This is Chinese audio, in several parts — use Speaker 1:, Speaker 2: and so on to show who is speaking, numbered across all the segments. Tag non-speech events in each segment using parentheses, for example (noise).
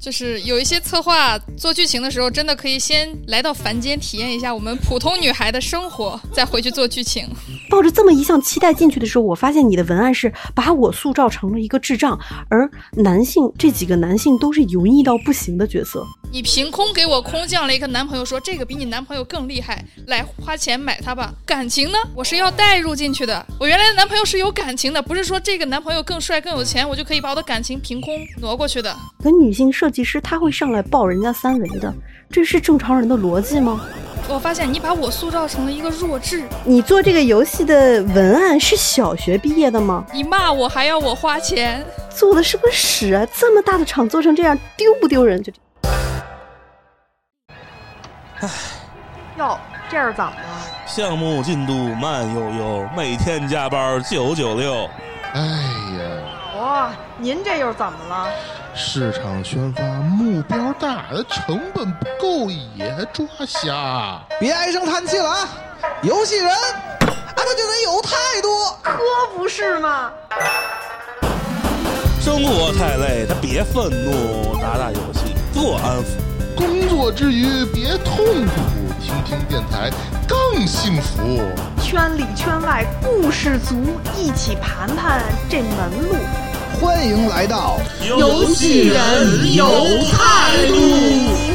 Speaker 1: 就是有一些策划做剧情的时候，真的可以先来到凡间体验一下我们普通女孩的生活，再回去做剧情。
Speaker 2: 抱着这么一项期待进去的时候，我发现你的文案是把我塑造成了一个智障，而男性这几个男性都是油腻到不行的角色。
Speaker 1: 你凭空给我空降了一个男朋友说，这个比你男朋友更厉害，来花钱买他吧。感情呢，我是要带入进去的。我原来的男朋友是有感情的，不是说这个男朋友更帅更有钱，我就可以把我的感情凭空挪过去的。
Speaker 2: 可女性设计师她会上来抱人家三围的，这是正常人的逻辑吗？
Speaker 1: 我发现你把我塑造成了一个弱智，
Speaker 2: 你做这个游戏的文案是小学毕业的吗？
Speaker 1: 你骂我还要我花钱，
Speaker 2: 做的是不是屎啊？这么大的厂做成这样，丢不丢人？就这
Speaker 3: 哟，这是怎么了？
Speaker 4: 项目进度慢悠悠，每天加班九九六。
Speaker 5: 哎呀，
Speaker 3: 哇、您这又是怎么了？
Speaker 5: 市场宣发目标大，成本不够也抓瞎。
Speaker 6: 别唉声叹气了啊！游戏人啊，他就得有态度。
Speaker 3: 可不是嘛！
Speaker 4: 生活太累，他别愤怒，打打游戏，做安抚。
Speaker 5: 工作之余别痛苦，听听电台更幸福。
Speaker 3: 圈里圈外故事足，一起盘盘这门路。
Speaker 6: 欢迎来到
Speaker 4: 游戏人有态度。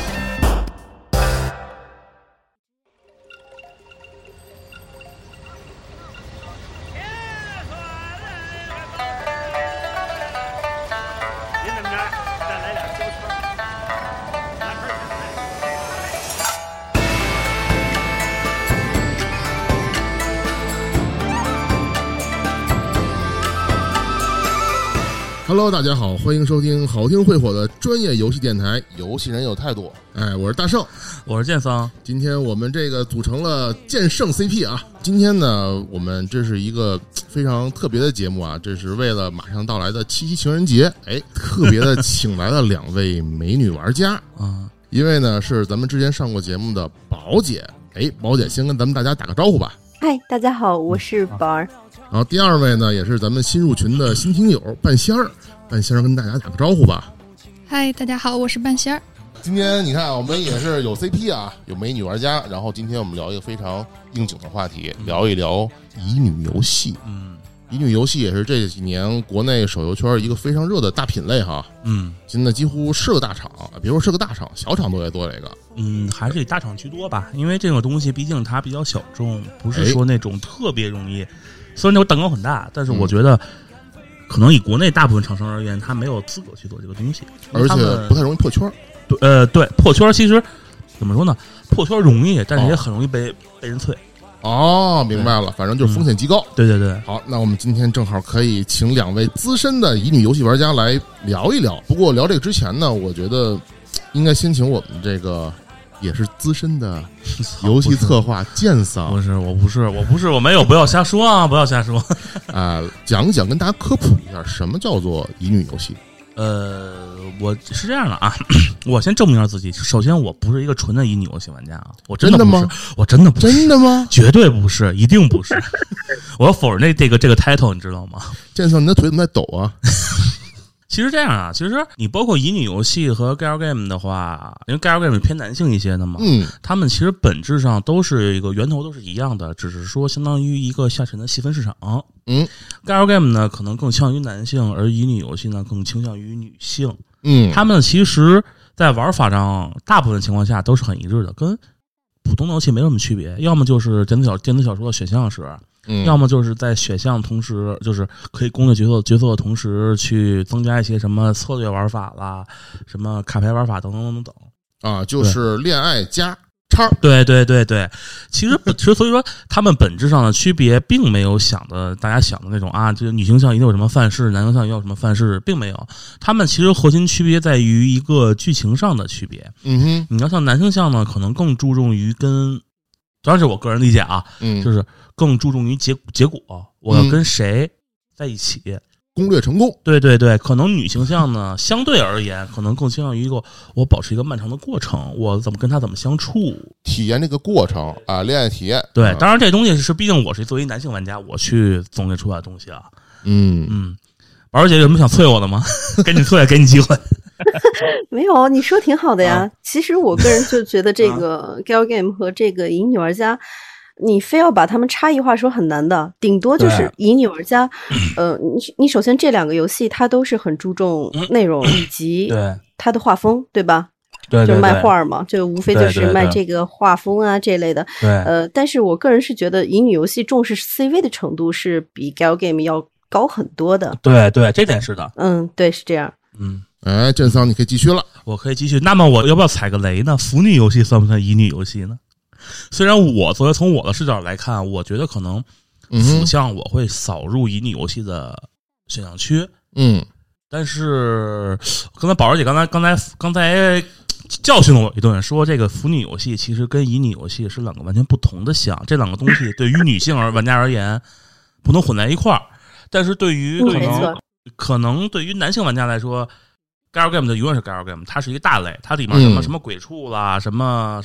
Speaker 7: 您怎么着？再来俩焦圈儿，来盆儿来。
Speaker 5: Hello，大家好，欢迎收听好听会火的专业游戏电台《游戏人有态度》。哎，我是大圣，
Speaker 8: 我是建桑，
Speaker 5: 今天我们这个组成了剑圣 CP 啊！今天呢，我们这是一个嘖非常特别的节目啊，这是为了马上到来的七夕情人节，哎，特别的请来了两位美女玩家，
Speaker 8: (laughs) 啊，
Speaker 5: 一位呢是咱们之前上过节目的宝姐，哎，宝姐先跟咱们大家打个招呼吧。
Speaker 2: 嗨，大家好，我
Speaker 9: 嗯
Speaker 2: 是宝儿。
Speaker 5: 然后第二位呢，也是咱们新入群的新听友半仙儿，半仙儿跟大家打个招呼吧。
Speaker 1: 嗨，大家好，我是半仙儿。
Speaker 5: 今天你看，我们也是有 CP 啊，有美女玩家。然后今天我们聊一个非常应景的话题，聊一聊乙女游戏。
Speaker 8: 嗯
Speaker 5: 乙女游戏也是这几年国内手游圈一个非常热的大品类哈。
Speaker 8: 嗯
Speaker 5: 现在几乎是个大厂，别说是个大厂，小厂都在做这个。
Speaker 8: 嗯，还是以大厂居多吧，因为这种东西毕竟它比较小众，不
Speaker 5: 哎
Speaker 8: 是说那种特别容易。虽然那个蛋糕很大，但是
Speaker 5: 嗯
Speaker 8: 我觉得，可能以国内大部分厂商而言，他没有资格去做这个东西，嗯
Speaker 5: 而
Speaker 8: 他
Speaker 5: 且
Speaker 8: 们
Speaker 5: 不太容易破圈儿。
Speaker 8: 对呃对破圈，其实怎么说呢？破圈容易，但是
Speaker 5: 哦
Speaker 8: 也很容易被、被人催。
Speaker 5: 哦，明白了，反正就是风险极高。
Speaker 8: 对对 (laughs) 对，
Speaker 5: 好，那我们今天正好可以请两位资深的乙女游戏玩家来聊一聊。不过聊这个之前呢，我觉得嘖应该先请我们这个也是资深的游戏策划剑桑
Speaker 8: 不是我不是我不是我没有，不要瞎说啊，不 (laughs) 要瞎说。
Speaker 5: 啊、讲讲跟大家科普一下什么叫做乙女游戏。
Speaker 8: 呃，我是这样的啊， (clears throat) 我先证明一下自己。首先，我不是一个纯的乙女游戏玩家啊，我真的
Speaker 5: 真
Speaker 8: 不
Speaker 5: 的
Speaker 8: 是，
Speaker 5: 吗
Speaker 8: 我真的不是，
Speaker 5: 真的吗？
Speaker 8: 绝对不是，一定不是。 (laughs) 我要否认这这个这个 title，你知道吗？
Speaker 5: 剑桑，你的腿怎么在抖啊？
Speaker 8: 其实这样啊，其实你包括乙女游戏和 girl game 的话，因为 girl game 是偏男性一些的嘛，
Speaker 5: 嗯，
Speaker 8: 他们其实本质上都是一个源头都是一样的，只是说相当于一个下沉的细分市场。
Speaker 5: 嗯
Speaker 8: ，girl game 呢可能更倾向于男性，而乙女游戏呢更倾向于女性。
Speaker 5: 嗯，
Speaker 8: 他们其实，在玩法上大部分情况下都是很一致的，跟普通的游戏没什么区别。要么就是电子小电子小说的选项时，
Speaker 5: 嗯
Speaker 8: 要么就是在选项同时，就是可以攻略角色角色的同时，去增加一些什么策略玩法啦，什么卡牌玩法等等等等等。
Speaker 5: 啊，就是恋爱加叉儿。
Speaker 8: 对对对对，其实不其实所以说，他们本质上的区别并没有想的大家想的那种啊，这个女性向一定有什么范式，男性向也有什么范式，并没有。他们其实核心区别在于一个剧情上的区别。
Speaker 5: 嗯哼，
Speaker 8: 你要像男性向呢，可能更注重于跟，当然是我个人理解啊，
Speaker 5: 嗯，
Speaker 8: 就是是更注重于结结果，我要跟谁在一起。
Speaker 5: 攻略成功。
Speaker 8: 对对对，可能女性向呢，相对而言，可能更倾向于一个我保持一个漫长的过程，我怎么跟他怎么相处。
Speaker 5: 体验这个过程啊，恋爱体验。
Speaker 8: 对
Speaker 5: 啊，
Speaker 8: 当然这东西是，毕竟我是作为男性玩家，我去总结出来的东西啊。(laughs)
Speaker 5: 嗯，
Speaker 8: 嗯，宝儿姐有什么想啐我的吗？给你啐，给你机会。
Speaker 2: 没有，你说挺好的呀。
Speaker 9: 啊
Speaker 2: 其实我个人就觉得这个 Gal Game 和这个以女玩家，你非要把它们差异化说很难的，顶多就是
Speaker 9: 对
Speaker 2: 以女玩家，呃，你你首先这两个游戏它都是很注重内容以及
Speaker 9: 嗯对
Speaker 2: 它的画风，对吧？
Speaker 9: 对对
Speaker 2: 就是
Speaker 9: 对，
Speaker 2: 卖画儿嘛，就无非就
Speaker 9: 对
Speaker 2: 是
Speaker 9: 对
Speaker 2: 卖
Speaker 9: 对
Speaker 2: 这个画风啊这类的。
Speaker 9: 对
Speaker 2: 呃，但是我个人是觉得乙女游戏重视 CV 的程度是比 Gal Game 要高很多的。
Speaker 9: 对对，这点是的，
Speaker 2: 嗯，对，是这样。
Speaker 9: 嗯，
Speaker 5: 哎，剑桑，你可以继续了。
Speaker 8: 我可以继续。那么我要不要踩个雷呢？腐女游戏算不算乙女游戏呢？虽然我作为从我的视角来看，我觉得可能
Speaker 5: 嗯
Speaker 8: 腐
Speaker 5: 哼
Speaker 8: 向我会扫入乙女游戏的选项区，
Speaker 5: 嗯，
Speaker 8: 但是刚才宝儿姐刚才刚才刚才教训了我一顿，说这个腐女游戏其实跟乙女游戏是两个完全不同的项，这两个东西对于女性而玩家而言不能混在一块儿，但是对于
Speaker 2: 嗯
Speaker 8: 可
Speaker 2: 没
Speaker 8: 能
Speaker 2: 错
Speaker 8: 可能对于男性玩家来说。g a r game 就永远是 g a r game，它是一个大类，它里面什么
Speaker 5: 嗯
Speaker 8: 什么鬼畜啦，什么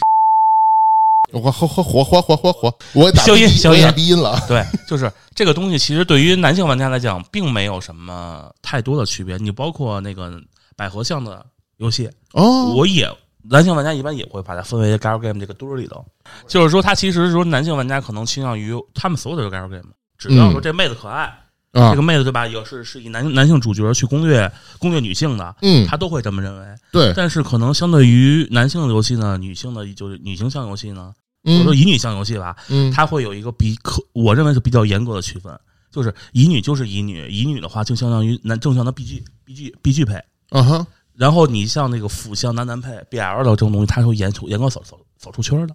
Speaker 5: 我火火火火火火火，我打
Speaker 8: 消音
Speaker 5: 鼻
Speaker 8: 消
Speaker 5: 我
Speaker 8: 音
Speaker 5: 打鼻音了。
Speaker 8: 对，就是这个东西，其实对于男性玩家来讲，并没有什么太多的区别。你包括那个百合向的游戏，
Speaker 5: 哦，
Speaker 8: 我也男性玩家一般也会把它分为 g a r game 这个堆儿里头，就是说，他其实说男性玩家可能倾向于他们所有的 g a r game，只要说这妹子可爱，
Speaker 5: 啊
Speaker 8: 这个，妹子对吧，有是是以男男性主角去攻略攻略女性的，
Speaker 5: 嗯，
Speaker 8: 他都会这么认为。
Speaker 5: 对，
Speaker 8: 但是可能相对于男性的游戏呢，女性的就是女性向游戏呢，或者说
Speaker 5: 嗯
Speaker 8: 以女向游戏吧，
Speaker 5: 嗯，
Speaker 8: 它会有一个比可我认为是比较严格的区分，就是乙女就是乙女，乙女的话就相当于男正向的 BG BG BG 配，
Speaker 5: 啊哈，
Speaker 8: 然后你像那个腐向男男配 BL 的这种东西，它是会严出严格扫扫扫出圈的。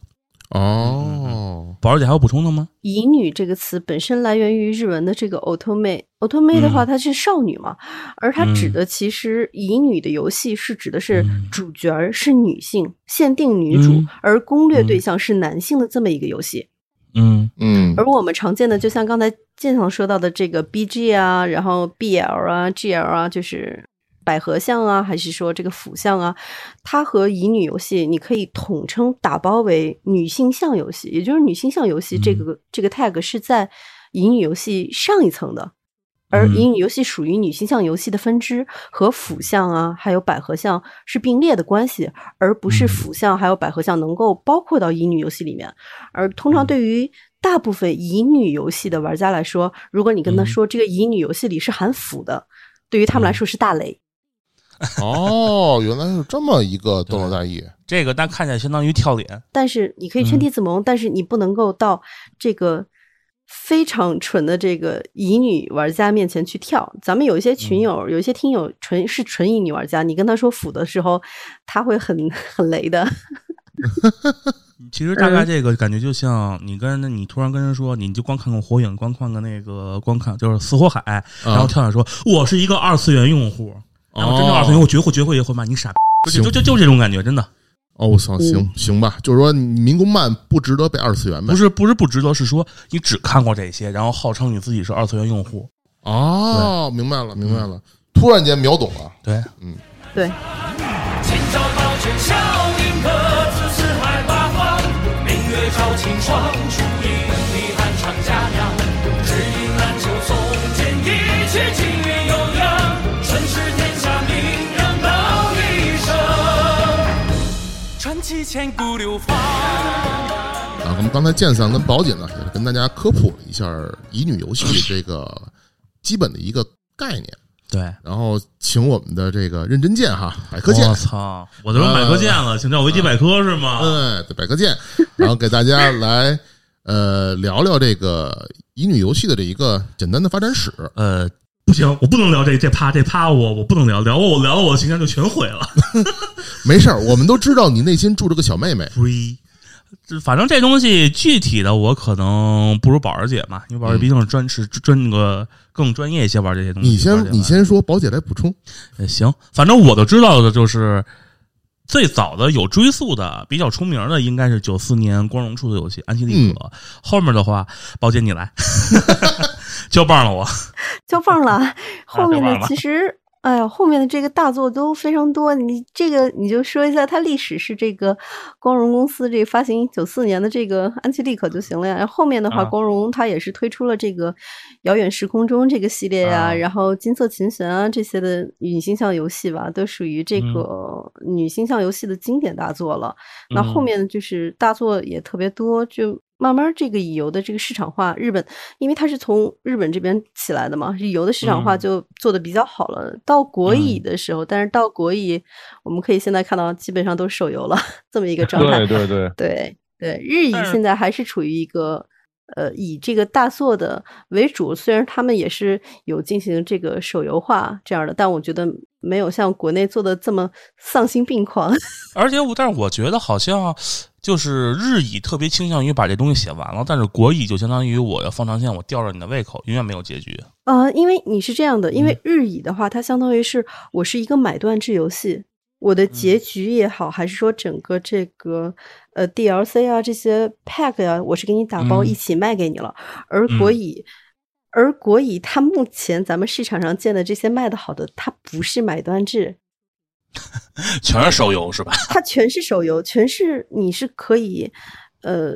Speaker 5: 哦，
Speaker 8: 宝儿姐还有补充的吗？
Speaker 2: 乙女这个词本身来源于日文的这个 otome，otome 的话
Speaker 8: 嗯
Speaker 2: 它是少女嘛，而它指
Speaker 8: 嗯
Speaker 2: 的其实乙女的游戏是指的是
Speaker 8: 嗯
Speaker 2: 主角儿是女性，限定女主
Speaker 8: 嗯，
Speaker 2: 而攻略对
Speaker 8: 嗯
Speaker 2: 象是男性的这么一个游戏。
Speaker 8: 嗯
Speaker 5: 嗯
Speaker 2: 而我们常见的，就像刚才建总说到的这个 BG 啊，然后 BL 啊、GL 啊，就是百合向啊，还是说这个腐向啊，它和乙女游戏你可以统称打包为女性向游戏，也就是女性向游戏这
Speaker 8: 嗯
Speaker 2: 个、这个 tag 是在乙女游戏上一层的。而
Speaker 8: 嗯
Speaker 2: 乙女游戏属于女性向游戏的分支，和腐向啊，还有百合向是并列的关系，而不是
Speaker 8: 嗯
Speaker 2: 腐向还有百合向能够包括到乙女游戏里面。而通常对于大部分乙女游戏的玩家来说，如果你跟他
Speaker 8: 嗯
Speaker 2: 说这个乙女游戏里是含腐的，对于他们来说是大雷。
Speaker 5: 哦，原来是这么一个斗争大义。
Speaker 8: 这个但看起来相当于跳脸，
Speaker 2: 但是你可以圈地自萌，但是你不能够到这个非常纯的这个乙女玩家面前去跳。咱们有一些群友，有一些听友纯是纯乙女玩家，你跟他说腐的时候，他会很 (laughs) 很雷的。
Speaker 8: 其实大概这个感觉就像你跟你突然跟人说，你就光看看火影，光看看那个，光看就是死火海，然后跳下来说我是一个二次元用户，然后真正二次元用户绝户绝户也会骂你傻逼，就就就就这种感觉，真的。
Speaker 5: 哦，我操，行行吧，就是说民工漫不值得被二次元呗
Speaker 8: 不。是不是不值得，是说你只看过这些，然后号称你自己是二次元用户。
Speaker 5: 哦，明白了，明白了，突然间秒懂了。
Speaker 8: 对，
Speaker 2: 对，
Speaker 7: 今朝抱拳笑迎客，此时海八方。明月照晴霜，初映你寒窗佳酿。只因兰舟从简易，去青云悠扬。壮士天下名扬道一声，传奇千古流芳。
Speaker 5: 啊，我们刚才剑桑跟宝姐呢，也是跟大家科普了一下乙女游戏这个基本的一个概念，
Speaker 8: 对，
Speaker 5: 然后请我们的这个认真剑哈，百科剑
Speaker 8: 我，操，我都成百科剑了，请叫维基百科是吗？
Speaker 5: 哎，对，百科剑，然后给大家来呃聊聊这个乙女游戏的这一个简单的发展史。
Speaker 8: 呃，不行，我不能聊这这趴这趴，我我不能聊，聊我聊了我的形象就全毁了。
Speaker 5: 没事儿，我们都知道你内心住着个小妹妹。
Speaker 8: 呸！这反正这东西具体的我可能不如宝儿姐嘛，因为宝儿姐毕竟是专是专那个更专业一些玩这些东西。
Speaker 5: 你
Speaker 8: 宝儿姐
Speaker 5: 先，
Speaker 8: 玩
Speaker 5: 你先说，宝姐来补充。
Speaker 8: 呃，行，反正我都知道的就是，最早的有追溯的、比较出名的，应该是九四年光荣出的游戏《安西利
Speaker 5: 嗯
Speaker 8: 可》后面的话，宝 (laughs) 姐你来，交棒了我。 (laughs)
Speaker 2: 交棒了。后面
Speaker 8: 交棒
Speaker 2: 的
Speaker 8: 啊了
Speaker 2: 其实哎呀，后面的这个大作都非常多，你这个你就说一下它历史是这个光荣公司这发行九四年的这个安琪丽可就行了呀。然后后面的话，
Speaker 8: 啊
Speaker 2: 光荣它也是推出了这个《遥远时空中》这个系列呀、
Speaker 8: 啊
Speaker 2: 然后《金色琴弦啊》这些的女性向游戏吧，都属于这
Speaker 8: 嗯
Speaker 2: 个女性向游戏的经典大作了。那后
Speaker 8: 嗯
Speaker 2: 面就是大作也特别多，就慢慢这个乙游的这个市场化，日本因为它是从日本这边起来的嘛，乙游的市场化
Speaker 8: 嗯
Speaker 2: 就做的比较好了。到国乙
Speaker 8: 嗯
Speaker 2: 的时候，但是到国乙，我们可以现在看到基本上都是手游了 (laughs) 这么一个状态
Speaker 9: 对。对对，
Speaker 2: 对对，日乙
Speaker 8: 但是
Speaker 2: 现在还是处于一个呃以这个大作的为主，虽然他们也是有进行这个手游化这样的，但我觉得没有像国内做的这么丧心病狂。
Speaker 8: 而且我，但是我觉得好像就是日乙特别倾向于把这东西写完了，但是国乙就相当于我要放长线，我吊着你的胃口，永远没有结局。
Speaker 2: 呃，因为你是这样的，因为
Speaker 8: 嗯
Speaker 2: 日乙的话，它相当于是我是一个买断制游戏，我的
Speaker 8: 嗯
Speaker 2: 结局也好，还是说整个这个呃 DLC 啊这些 pack 呀、我是给你打包
Speaker 8: 嗯
Speaker 2: 一起卖给你了。而国
Speaker 8: 嗯
Speaker 2: 乙，而国乙它目前咱们市场上见的这些卖的好的，它不是买断制，
Speaker 8: 全是手游是吧？
Speaker 2: 它全是手游，全是你是可以，呃，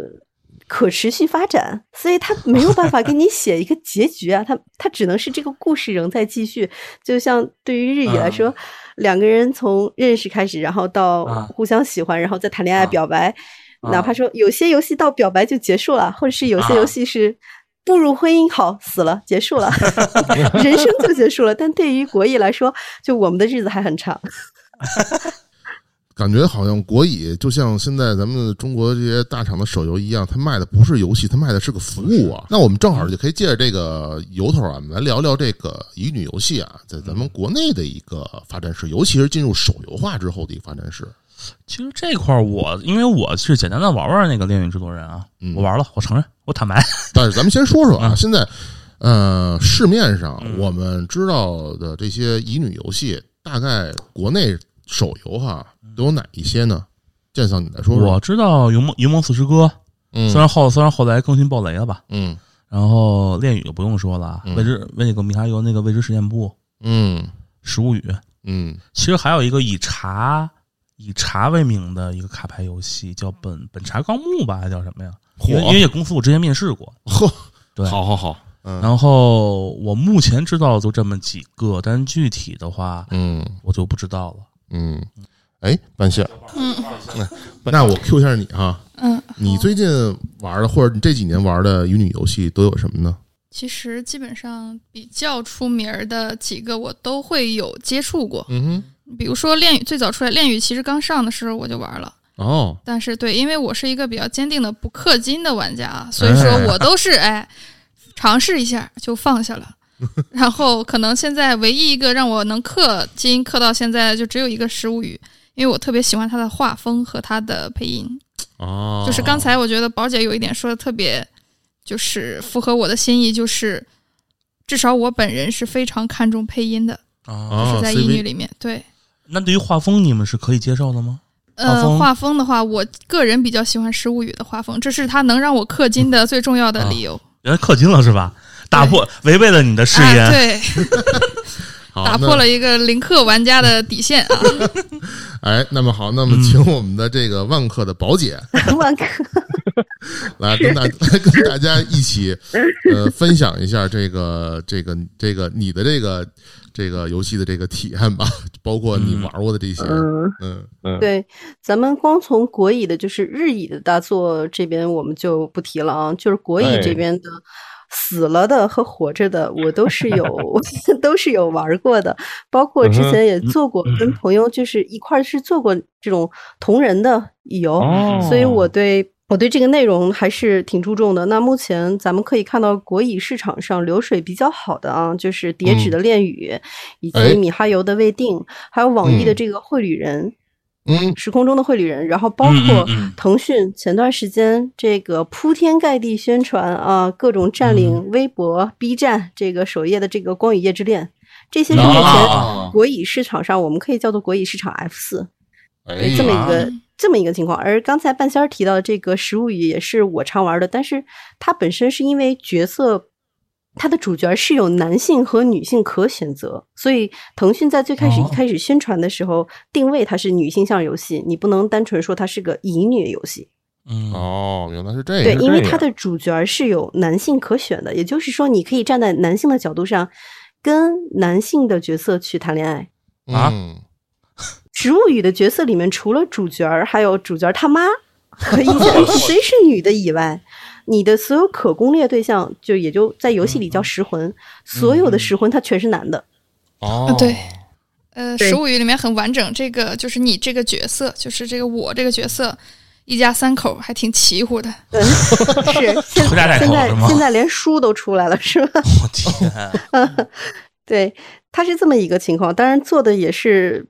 Speaker 2: 可持续发展，所以它没有办法给你写一个结局啊，它它只能是这个故事仍在继续。就像对于日语来说，两个人从认识开始，然后到
Speaker 8: 嗯啊
Speaker 2: 互相喜欢，然后再谈恋爱、
Speaker 8: 啊
Speaker 2: 表白，哪
Speaker 8: 啊
Speaker 2: 怕说有些游戏到表白就结束了，或者是有些
Speaker 8: 啊
Speaker 2: 游戏是。步入婚姻，好死了，结
Speaker 8: (laughs)
Speaker 2: 束了，人生就结束了。但对于国艺来说，就我们的日子还很长。
Speaker 5: 感觉好像国乙就像现在咱们中国这些大厂的手游一样，它卖的不是游戏，它卖的是个服务啊。那我们正好就可以借着这个由头啊，我们来聊聊这个乙女游戏啊，在咱们国内的一个发展史，尤其是进入手游化之后的一个发展史。
Speaker 8: 其实这块儿我因为我是简单的玩玩那个《恋与制作人》啊，
Speaker 5: 嗯
Speaker 8: 我玩了，我承认，我坦白，
Speaker 5: 但是咱们先说说啊，
Speaker 8: 嗯
Speaker 5: 现在呃市面上
Speaker 8: 嗯
Speaker 5: 我们知道的这些乙女游戏，大概国内手游哈
Speaker 8: 嗯
Speaker 5: 都有哪一些呢？剑桑，你来说说。
Speaker 8: 我知道《云梦云梦四师哥》，虽
Speaker 5: 嗯
Speaker 8: 然后虽然后来更新爆雷了吧，
Speaker 5: 嗯
Speaker 8: 然后《恋与》就不用说了，
Speaker 5: 嗯
Speaker 8: 未知为那个米哈游那个未知实验部、
Speaker 5: 嗯
Speaker 8: 食物语，
Speaker 5: 嗯
Speaker 8: 其实还有一个以茶以茶为名的一个卡牌游戏，叫本本茶纲目吧，还叫什么呀？因为
Speaker 4: 火
Speaker 8: 因为这公司我之前面试 (laughs) 过，
Speaker 5: 嚯，
Speaker 8: 对。
Speaker 4: 好好好，
Speaker 5: 嗯
Speaker 8: 然后我目前知道就这么几个，但具体的话
Speaker 5: 嗯
Speaker 8: 我就不知道了。
Speaker 5: 嗯，哎，半夏，
Speaker 1: 嗯，
Speaker 5: (laughs) 那我 Q 一下你哈，
Speaker 1: 嗯，
Speaker 5: 你
Speaker 1: 好
Speaker 5: 最近玩的或者你这几年玩的乙女游戏都有什么呢？
Speaker 1: 其实基本上比较出名儿的几个我都会有接触过，
Speaker 5: 嗯
Speaker 1: 比如说恋语，最早出来恋语其实刚上的时候我就玩了。
Speaker 5: 哼，哦，
Speaker 1: 但是对，因为我是一个比较坚定的不氪金的玩家啊，所以说我都是哎尝试一下就放下了。然后可能现在唯一一个让我能氪金氪到现在就只有一个食物语，因为我特别喜欢它的画风和它的配音。
Speaker 5: 哦，
Speaker 1: 就是刚才我觉得宝姐有一点说的特别，就是符合我的心意，就是至少我本人是非常看重配音的，
Speaker 8: 啊，
Speaker 5: 哦
Speaker 1: 是在
Speaker 5: ，CV
Speaker 1: 英语里面对。
Speaker 8: 那对于画风你们是可以接受的吗？画
Speaker 1: 呃，
Speaker 8: 风
Speaker 1: 画风的话，我个人比较喜欢《食物语》的画风，这是它能让我氪金的最重要
Speaker 5: 嗯
Speaker 1: 的理
Speaker 5: 哦
Speaker 1: 由。
Speaker 8: 原来哎氪金了是吧？打破违背了你的誓言。
Speaker 1: 啊、对，
Speaker 5: 好
Speaker 1: 打破。了一个零氪玩家的底线
Speaker 5: (laughs)
Speaker 1: 啊！
Speaker 5: 那哎，那么好，那
Speaker 8: 嗯
Speaker 5: 么请我们的这个万客的宝姐
Speaker 2: 万 (laughs) 科。
Speaker 5: 来跟大 (laughs) 来跟大家一起呃分享一下这个 (laughs) 这个这个你的这个这个游戏的这个体验吧， (laughs) 包括你玩过的这些，
Speaker 2: 嗯，
Speaker 5: 嗯
Speaker 9: 嗯，
Speaker 2: 对，咱们光从国乙的，就是日乙的大作这边我们就不提了啊，就是国乙这
Speaker 9: 哎
Speaker 2: 边的。死了的和活着的，我都是
Speaker 9: (laughs)
Speaker 2: 有，都是有玩过的，包括之
Speaker 9: 嗯哼
Speaker 2: 前也做过，跟朋友就是一块儿是做过这种同人的乙游，
Speaker 9: 哦，
Speaker 2: 所以我对我对这个内容还是挺注重的。那目前咱们可以看到国乙市场上流水比较好的啊，就是叠
Speaker 9: 嗯
Speaker 2: 纸的恋语，以
Speaker 5: 哎
Speaker 2: 及米哈游的未定，还有网易的
Speaker 5: 嗯
Speaker 2: 这个绘旅人。
Speaker 5: 嗯
Speaker 2: 时空中的绘旅人，然后包括腾讯前段时间这个铺天盖地宣传啊，各种占领微博、B 站这个首页的这个《光与夜之恋》，这些是目前
Speaker 9: 啊
Speaker 2: 国乙市场上我们可以叫做国乙市场 F 四，
Speaker 5: 哎
Speaker 2: 对嗯
Speaker 5: 呀
Speaker 2: 这么一个这么一个情况。而刚才半仙儿提到的这个食物语也是我常玩的，但是它本身是因为角色它的主角是有男性和女性可选择，所以腾讯在最开始
Speaker 8: 哦
Speaker 2: 一开始宣传的时候，定位它是女性向游戏，你不能单纯说它是个乙女游戏。
Speaker 8: 嗯，
Speaker 5: 哦，原来是这
Speaker 2: 哎对，
Speaker 5: 样。
Speaker 2: 因为
Speaker 9: 这
Speaker 2: 它
Speaker 9: 样
Speaker 2: 的主角是有男性可选的，也就是说，你可以站在男性的角度上，跟男性的角色去谈恋爱。
Speaker 8: 啊
Speaker 5: 嗯，
Speaker 2: 《植物语》的角色里面，除了主角儿，还有主角儿他妈和一些
Speaker 8: (laughs)
Speaker 2: 谁是女的以外，你的所有可攻略对象就也就在游戏里叫食魂，
Speaker 8: 嗯
Speaker 2: 所有的食魂他全是男的。
Speaker 5: 哦，
Speaker 1: 对，呃，《
Speaker 2: 对
Speaker 1: 食物语》里面很完整，这个就是你这个角色，就是这个我这个角色，一家三口还挺齐乎的。
Speaker 8: 嗯 (laughs)
Speaker 2: 对，是现
Speaker 8: 回家带
Speaker 2: 现
Speaker 8: 口
Speaker 2: 在
Speaker 8: 是吗
Speaker 2: 现在连书都出来了，是吧？
Speaker 8: 我天，
Speaker 2: 对，它是这么一个情况，当然做的也是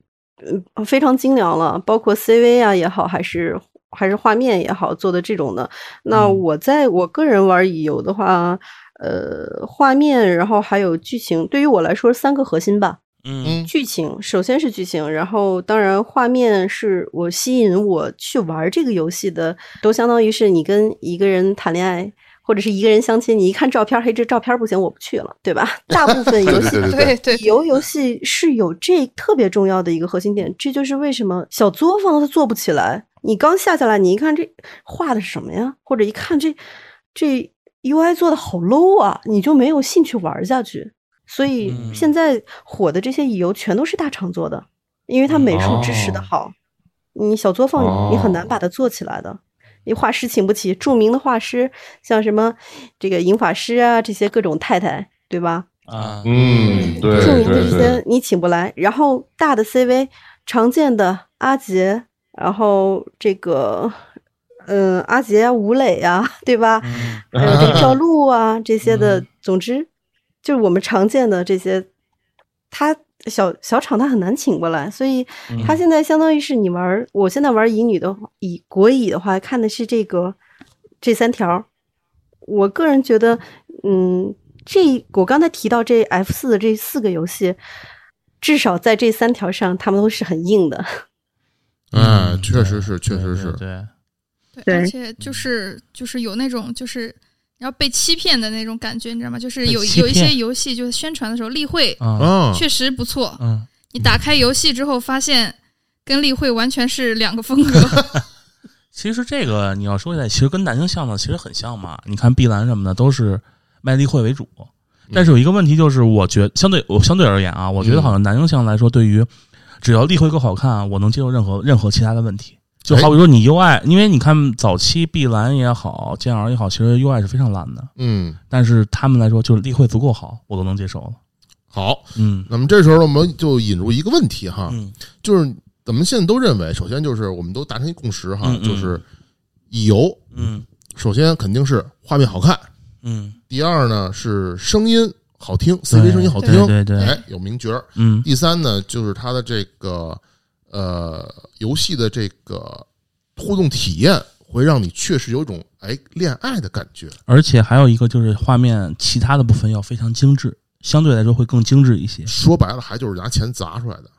Speaker 2: 嗯非常精良了，包括 CV 啊也好，还是还是画面也好，做的这种的。那
Speaker 8: 嗯
Speaker 2: 我在我个人玩乙游的话，呃，画面，然后还有剧情，对于我来说三个核心吧。
Speaker 8: 嗯
Speaker 5: 嗯，
Speaker 2: 剧情首先是剧情，然后当然画面是我吸引我去玩这个游戏的，都相当于是你跟一个人谈恋爱。或者是一个人相亲，你一看照片，嘿，这照片不行，我不去了，对吧？ (laughs) 大部分游
Speaker 9: 对
Speaker 2: 戏
Speaker 9: 对对对
Speaker 1: 对
Speaker 9: 对，
Speaker 1: 对，
Speaker 2: 游游戏是有这特别重要的一个核心点，这就是为什么小作坊它做不起来。你刚下下来，你一看这画的什么呀，或者一看这这 UI 做的好 low 啊，你就没有兴趣玩下去。所以
Speaker 8: 嗯
Speaker 2: 现在火的这些乙游全都是大厂做的，因为它美术支持的
Speaker 9: 哦
Speaker 2: 好，你小作坊你很难
Speaker 9: 哦
Speaker 2: 把它做起来的。你画师请不起，著名的画师像什么这个银法师啊，这些各种太太，对吧？
Speaker 8: 啊，
Speaker 9: 嗯，对
Speaker 2: 著名的
Speaker 9: 对
Speaker 2: 一
Speaker 9: 对，
Speaker 2: 些你请不来，然后大的 CV 常见的阿杰，然后这个嗯、呃阿杰啊、吴磊啊，对吧？
Speaker 8: 嗯
Speaker 2: 还有这个赵露啊这些的，总之就是我们常见的这些，他小小厂他很难请过来，所以他现在相当于是你玩儿，我现在玩儿乙女的话，乙国乙的话，看的是这个这三条儿。我个人觉得，嗯，这我刚才提到这 F 四的这四个游戏，至少在这三条上，他们都是很硬的。
Speaker 5: 哎，确实是，确实
Speaker 8: 对
Speaker 5: 是
Speaker 8: 对，对，
Speaker 2: 对
Speaker 1: 而且就是就是有那种就是你要被欺骗的那种感觉，你知道吗？就是有
Speaker 8: 被欺
Speaker 1: 有一些
Speaker 8: 骗
Speaker 1: 游戏就是宣传的时候例会
Speaker 8: 啊，
Speaker 5: 啊，
Speaker 1: 确实不错，
Speaker 8: 嗯，
Speaker 1: 你打开游戏之后发现跟例会完全是两个风格。 (laughs)
Speaker 8: 其实这个你要说起来，其实跟男性向呢其实很像嘛。你看碧蓝什么的都是卖力会为主，
Speaker 5: 嗯
Speaker 8: 但是有一个问题就是，我觉相对我相对而言啊，我觉
Speaker 5: 嗯
Speaker 8: 得好像男性向来说，对于只要力会够好看，啊我能接受任何任何其他的问题。
Speaker 5: 哎
Speaker 8: 就好比说你 UI，因为你看早期碧蓝也好，剑儿也好，其实 UI 是非常烂的，
Speaker 5: 嗯，
Speaker 8: 但是他们来说就是力会足够好，我都能接受了。
Speaker 5: 好，
Speaker 8: 嗯
Speaker 5: 那么这时候我们就引入一个问题哈，
Speaker 8: 嗯
Speaker 5: 就是咱们现在都认为，首先就是我们都达成一共识哈，
Speaker 8: 嗯嗯
Speaker 5: 就是乙游
Speaker 8: 嗯
Speaker 5: 首先肯定是画面好看，
Speaker 8: 嗯，
Speaker 5: 第二呢是声音好听
Speaker 8: 对
Speaker 5: ，CV 声音好听，
Speaker 8: 对对对，
Speaker 5: 哎，有名角儿。
Speaker 8: 嗯
Speaker 5: 第三呢就是它的这个呃游戏的这个互动体验，会让你确实有一种哎恋爱的感觉。
Speaker 8: 而且还有一个就是画面其他的部分要非常精致，相对来说会更精致一些
Speaker 5: 说白了，还就是拿钱砸出来的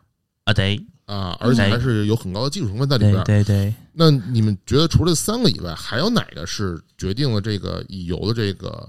Speaker 8: 啊。对
Speaker 5: 啊，而且
Speaker 8: 嗯
Speaker 5: 还是有很高的技术成分在里边
Speaker 8: 对对
Speaker 5: 儿。
Speaker 8: 对，
Speaker 5: 那你们觉得除了三个以外，还有哪个是决定了这个乙游的这个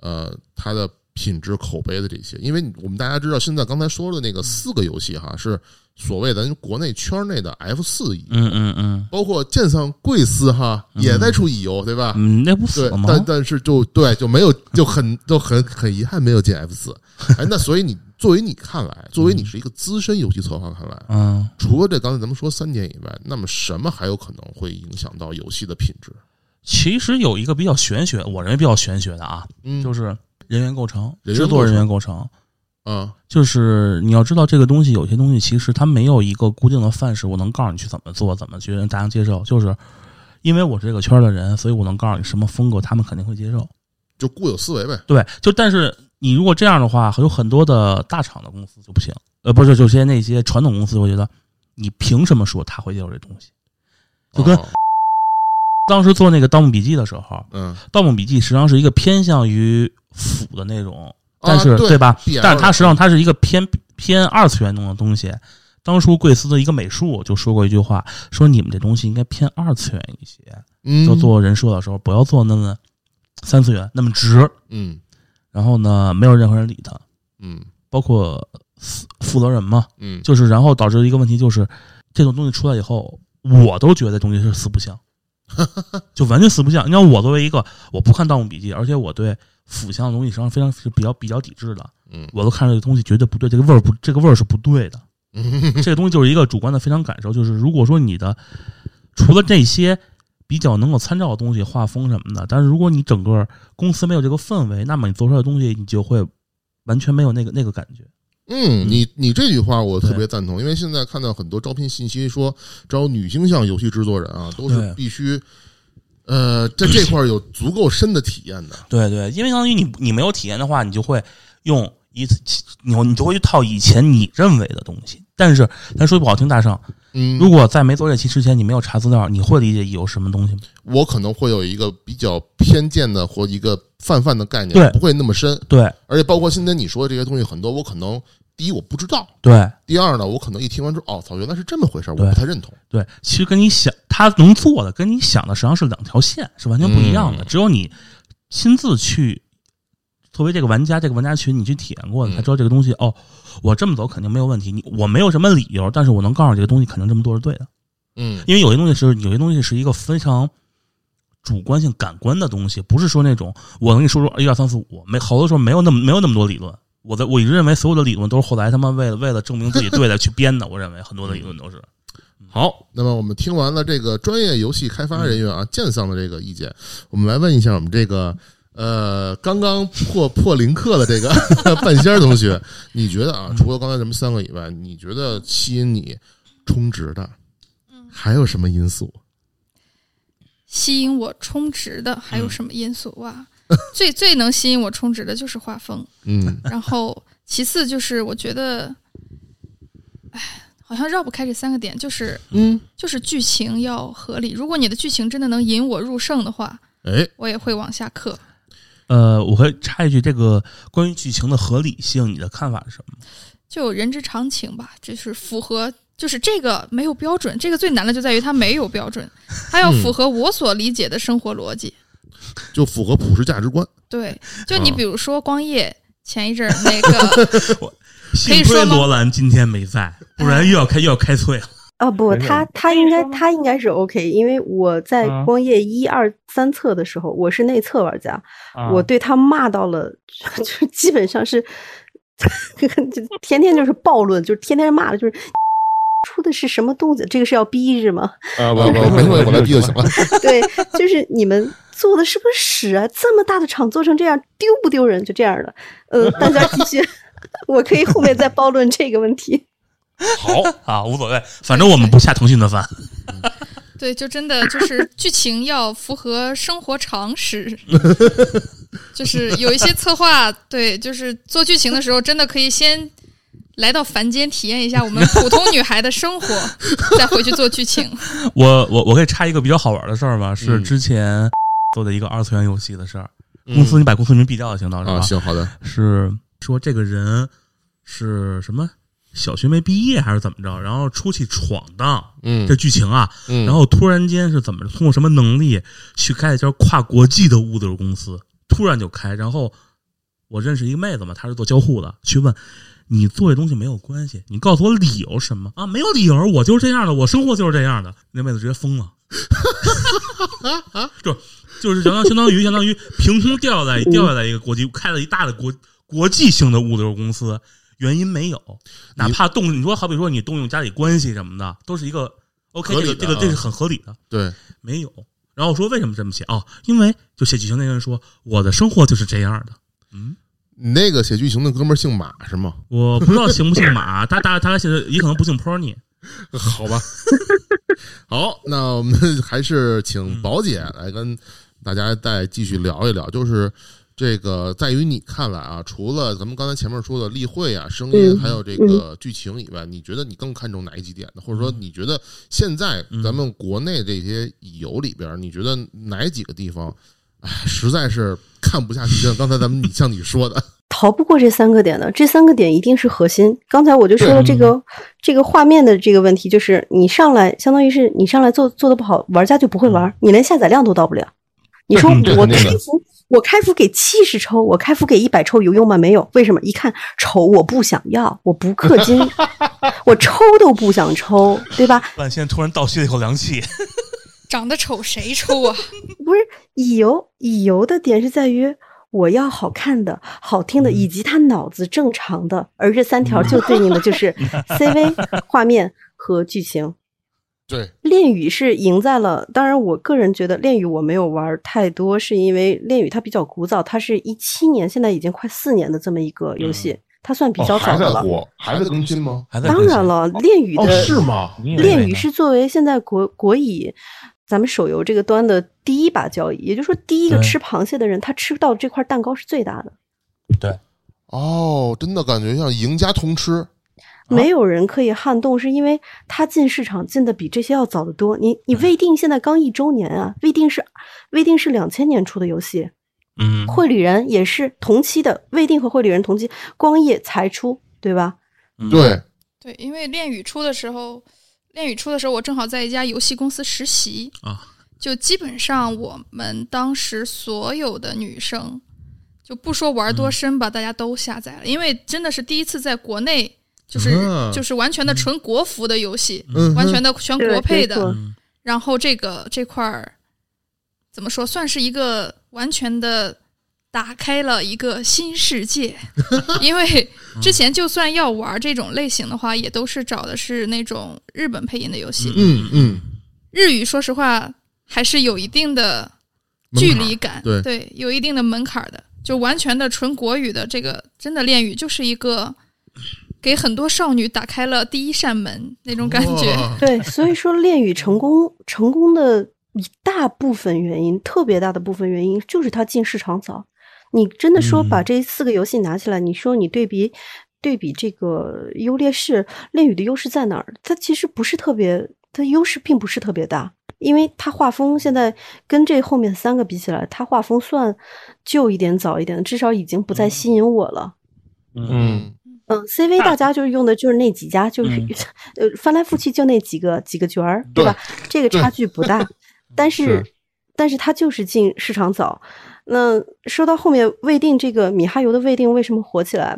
Speaker 5: 呃它的品质口碑的这些？因为我们大家知道，现在刚才说的那个四个游戏哈，是所谓咱国内圈内的 F 四乙，
Speaker 8: 嗯嗯嗯
Speaker 5: 包括剑上贵司哈
Speaker 8: 嗯
Speaker 5: 也在出乙游，对吧？
Speaker 8: 嗯，那不
Speaker 5: 对
Speaker 8: 死了，吗？
Speaker 5: 但但是就对就没有就很就很很遗憾没有进 F 四。哎，那所以你作为你看来，作为你是一个资深游戏策划看来，
Speaker 8: 嗯，
Speaker 5: 除了这刚才咱们说三点以外，那么什么还有可能会影响到游戏的品质？
Speaker 8: 其实有一个比较玄学，我认为比较玄学的啊，
Speaker 5: 嗯
Speaker 8: 就是是人员构成、
Speaker 5: 人员构成
Speaker 8: 制作人员构成。
Speaker 5: 啊，
Speaker 8: 就是你要知道这个东西，有些东西其实它没有一个固定的范式，我能告诉你去怎么做，怎么去让大家接受。就是因为我是这个圈儿的人，所以我能告诉你什么风格，他们肯定会接受。
Speaker 5: 就固有思维呗。
Speaker 8: 对，就但是你如果这样的话，有很多的大厂的公司就不行，呃，不是，就些那些传统公司，我觉得你凭什么说他会接受这东西？就跟
Speaker 5: 哦
Speaker 8: 当时做那个《盗墓笔记》的时候，
Speaker 5: 嗯，
Speaker 8: 《盗墓笔记》实际上是一个偏向于腐的那种，但是、
Speaker 5: 啊对
Speaker 8: 吧
Speaker 5: BL？
Speaker 8: 但是它实际上它是一个偏偏二次元中的东西。当初贵司的一个美术就说过一句话，说你们这东西应该偏二次元一些，
Speaker 5: 嗯
Speaker 8: 就做人设的时候不要做那么三次元那么直。
Speaker 5: 嗯，
Speaker 8: 然然后呢，没有任何人理他，
Speaker 5: 嗯
Speaker 8: 包括负负责人嘛，
Speaker 5: 嗯，
Speaker 8: 就是然后导致一个问题就是，这种东西出来以后，我都觉得这东西是四不
Speaker 5: (laughs)
Speaker 8: 像，就完全四不像。你看我作为一个我不看《盗墓笔记》，而且我对腐向的东西实际上非常是比较比较抵制的，
Speaker 5: 嗯
Speaker 8: 我都看这个东西绝对不对，这个味儿不这个味儿是不对
Speaker 5: (laughs)
Speaker 8: 的。这个东西就是一个主观的非常感受，就是如果说你的除了这些比较能够参照的东西，画风什么的，但是如果你整个公司没有这个氛围，那么你做出来的东西你就会完全没有那个那个感觉。
Speaker 5: 嗯，你你这句话我特
Speaker 8: 对
Speaker 5: 别赞同，因为现在看到很多招聘信息说招女性向游戏制作人啊，都
Speaker 8: 对
Speaker 5: 是必须，呃，在这块儿有足够深的体验的。
Speaker 8: 对对，因为相当于你你没有体验的话，你就会用一你你就会去套以前你认为的东西。但是咱说句不好听，大圣，
Speaker 5: 嗯，
Speaker 8: 如果在没做这期之前你没有查资料，你会理解有什么东西吗？
Speaker 5: 我可能会有一个比较偏见的或一个泛泛的概念，
Speaker 8: 对
Speaker 5: 不会那么深。
Speaker 8: 对
Speaker 5: 而且包括今天你说的这些东西，很多我可能第一我不知道，
Speaker 8: 对
Speaker 5: 第二呢，我可能一听完之后，哦，操，原来是这么回事儿，我
Speaker 8: 对
Speaker 5: 不太认同。
Speaker 8: 对，其实跟你想他能做的跟你想的实际上是两条线，是完全不一样的。
Speaker 5: 嗯
Speaker 8: 只有你亲自去。作为这个玩家，这个玩家群，你去体验过，你才知道这个东西。哦，我这么走肯定没有问题。你我没有什么理由，但是我能告诉你，这个东西肯定这么做是对的。
Speaker 5: 嗯
Speaker 8: 因为有些东西是有些东西是一个非常主观性、感官的东西，不是说那种我能跟你说哎出一二三四五，没好多时候没有那么没有那么多理论。我在我一直认为所有的理论都是后来他妈为了为了证明自己对的去编的，我认为很多的理论都是
Speaker 5: 好，那么我们听完了这个专业游戏开发人员啊建桑的这个意见，我们来问一下我们这个呃刚刚破破零课的这个 (laughs) 半仙儿同学，你觉得啊，除了刚才咱们三个以外，你觉得吸引你充值的还有什么因素？
Speaker 1: 吸引我充值的还
Speaker 8: 嗯
Speaker 1: 有什么因素啊？最最能吸引我充值的就是画风，
Speaker 5: 嗯
Speaker 1: 然后其次就是我觉得，哎，好像绕不开这三个点，就是
Speaker 5: 嗯，
Speaker 1: 就是剧情要合理。如果你的剧情真的能引我入胜的话，
Speaker 5: 哎，
Speaker 1: 我也会往下氪。
Speaker 8: 呃，我会插一句，这个关于剧情的合理性，你的看法是什么？
Speaker 1: 就人之常情吧，就是符合，就是这个没有标准，这个最难的就在于它没有标准，它要符合我所理解的生活逻辑。
Speaker 5: 就符合普世价值观。
Speaker 1: 对，就你
Speaker 5: 啊
Speaker 1: 比如说光夜前一阵儿那个，以
Speaker 8: 幸
Speaker 1: 说吗
Speaker 8: 亏罗兰今天没在，不然又要开又要开脆了。
Speaker 2: 啊不，
Speaker 9: 没事
Speaker 2: 他他应该他应该是 OK，因为我在
Speaker 9: 啊
Speaker 2: 光夜一二三册的时候，我是内测玩家，
Speaker 9: 啊
Speaker 2: 我对他骂到了， (laughs) 就基本上是，就天天就是暴论，就是天天骂的，就是出的是什么东西？这个是要逼是吗？ (laughs)
Speaker 9: 啊，
Speaker 5: 我我没错，我来逼就行了。
Speaker 2: 对，就是你们做的是不是屎啊？这么大的厂做成这样，丢不丢人？就这样的，嗯，大家继续， (laughs) 我可以后面再暴论这个问题。
Speaker 8: 好 (laughs) 啊，无所谓，反正我们不下腾讯的饭。
Speaker 1: 对，就真的就是剧情要符合生活常识，就是有一些策划，对，就是做剧情的时候，真的可以先。来到凡间体验一下我们普通女孩的生活，再回去做剧情。 (laughs)
Speaker 8: 我我我可以插一个比较好玩的事儿吗？是
Speaker 5: 嗯
Speaker 8: 之前做的一个二次元游戏的事儿。公司，你把公司名毙掉就行，到时候
Speaker 5: 啊，行，好的，
Speaker 8: 是说这个人是什么小学没毕业还是怎么着，然后出去闯荡，
Speaker 5: 嗯
Speaker 8: 这剧情啊，
Speaker 5: 嗯，
Speaker 8: 然后突然间是怎么着通过什么能力去开一家跨国际的物流公司，突然就开，然后我认识一个妹子嘛，她是做交互的，去问。你做这东西没有关系，你告诉我理由是什么啊？没有理由，我就是这样的，我生活就是这样的。那妹子直接疯 (laughs) 了，就就是相当相当于相当于凭空掉下来掉下来一个国际，开了一大的国国际性的物流公司，原因没有，哪怕动你说好比说你动用家里关系什么的，都是一个 OK，
Speaker 5: 合
Speaker 8: 这
Speaker 5: 理
Speaker 8: 个这
Speaker 5: 的
Speaker 8: 个
Speaker 5: 啊
Speaker 8: 这是很合理的，嗯
Speaker 5: 对，
Speaker 8: 没有。然后我说为什么这么写哦？因为就写剧情那个人说我的生活就是这样的，
Speaker 5: 你那个写剧情的哥们儿姓马是吗？
Speaker 8: 我不知道姓不姓马， (laughs) 他大他现在也可能不姓 Pony，
Speaker 5: 好吧， (laughs) 好，那我们还是请宝姐来跟大家再继续聊一聊，就是这个在于你看来啊，除了咱们刚才前面说的例会啊、声音，
Speaker 2: 嗯
Speaker 5: 还有这个剧情以外，你觉得你更看重哪几点呢？或者说，你觉得现在
Speaker 8: 嗯
Speaker 5: 咱们国内这些乙游里边，你觉得哪几个地方，哎，实在是看不下去？像刚才咱们你像你说的，
Speaker 2: 逃不过这三个点的，这三个点一定是核心。刚才我就说了这
Speaker 5: 嗯
Speaker 2: 个、这个画面的这个问题，就是你上来相当于是你上来做做的不好，玩家就不会玩，你连下载量都到不了。你说
Speaker 5: 嗯嗯这
Speaker 2: 我
Speaker 5: 肯定的
Speaker 2: 开服，我开服给七十抽，我开服给一百抽有用吗？没有，为什么？一看抽我不想要，我不氪
Speaker 5: (laughs)
Speaker 2: 金，我抽都不想抽，对吧？
Speaker 8: 万仙突然倒吸了一口凉气，
Speaker 1: 长得丑谁抽啊？
Speaker 2: 不是乙游，乙游的点是在于我要好看的、好听的，以及他脑子正常的，而这三条就对应的就是 CV、画面和剧情。
Speaker 5: 对，
Speaker 2: 恋与是赢在了，当然我个人觉得恋与我没有玩太多，是因为恋与它比较古早，它是一七年，现在已经快四年的这么一个游戏，它算比较早
Speaker 5: 哦还
Speaker 2: 的
Speaker 5: 在
Speaker 2: 了。
Speaker 5: 火，还在更新吗？
Speaker 8: 还
Speaker 2: (laughs)
Speaker 8: 在
Speaker 2: 当然了，恋与的、
Speaker 5: 哦，是吗？
Speaker 8: 你以为呢，
Speaker 2: 恋与是作为现在国国乙咱们手游这个端的第一把交椅，也就是说，第一个
Speaker 8: 对
Speaker 2: 吃螃蟹的人，他吃到这块蛋糕是最大的，
Speaker 5: 哦，真的感觉像赢家通吃。
Speaker 8: 哦
Speaker 2: 没有人可以撼动，是因为他进市场进的比这些要早得多。你你未定现在刚一周年啊，未定是未定是两千年出的游戏，
Speaker 8: 嗯，
Speaker 2: 绘旅人也是同期的，未定和绘旅人同期，光夜才出，对吧？
Speaker 8: 嗯
Speaker 5: 对，
Speaker 1: 对，因为恋与出的时候，恋与出的时候，我正好在一家游戏公司实习
Speaker 8: 啊，
Speaker 1: 就基本上我们当时所有的女生，就不说玩多深吧，大家都下载了，因为真的是第一次在国内，就是、
Speaker 5: 啊
Speaker 1: 就是完全的纯国服的游戏，
Speaker 5: 嗯哼，
Speaker 1: 完全的全国配
Speaker 2: 对没
Speaker 1: 的
Speaker 2: 错，
Speaker 8: 嗯
Speaker 1: 然后这个这块儿怎么说，算是一个完全的打开了一个新世
Speaker 5: (laughs)
Speaker 1: 界，因为之前就算要玩这种类型的话，也都是找的是那种日本配音的游戏，
Speaker 5: 嗯嗯，
Speaker 1: 日语说实话还是有一定的
Speaker 5: 门槛
Speaker 1: 距离感，
Speaker 5: 对
Speaker 1: 有一定的门槛儿的，就完全的纯国语的这个真的恋语，就是一个给很多少女打开了第一扇门那种感觉。
Speaker 5: 哇
Speaker 2: 对，所以说恋与成功成功的一大部分原因，特别大的部分原因就是它进市场早。你真的说把
Speaker 8: 嗯
Speaker 2: 这四个游戏拿起来，你说你对比对比这个优劣势，恋与的优势在哪儿？它其实不是特别，它优势并不是特别大，因为它画风现在跟这后面三个比起来，它画风算旧一点、早一点，至少已经不再吸引我了。
Speaker 5: 嗯，
Speaker 2: 嗯，CV 大家就是用的就是那几家，就是、
Speaker 8: 嗯
Speaker 2: 呃翻来覆去就那几个几个角儿，
Speaker 5: 对
Speaker 2: 吧？这个
Speaker 5: 对
Speaker 2: 差距不大，但是
Speaker 5: 是
Speaker 2: 但是它就是进市场早。那说到后面未定这个米哈游的未定为什么火起来？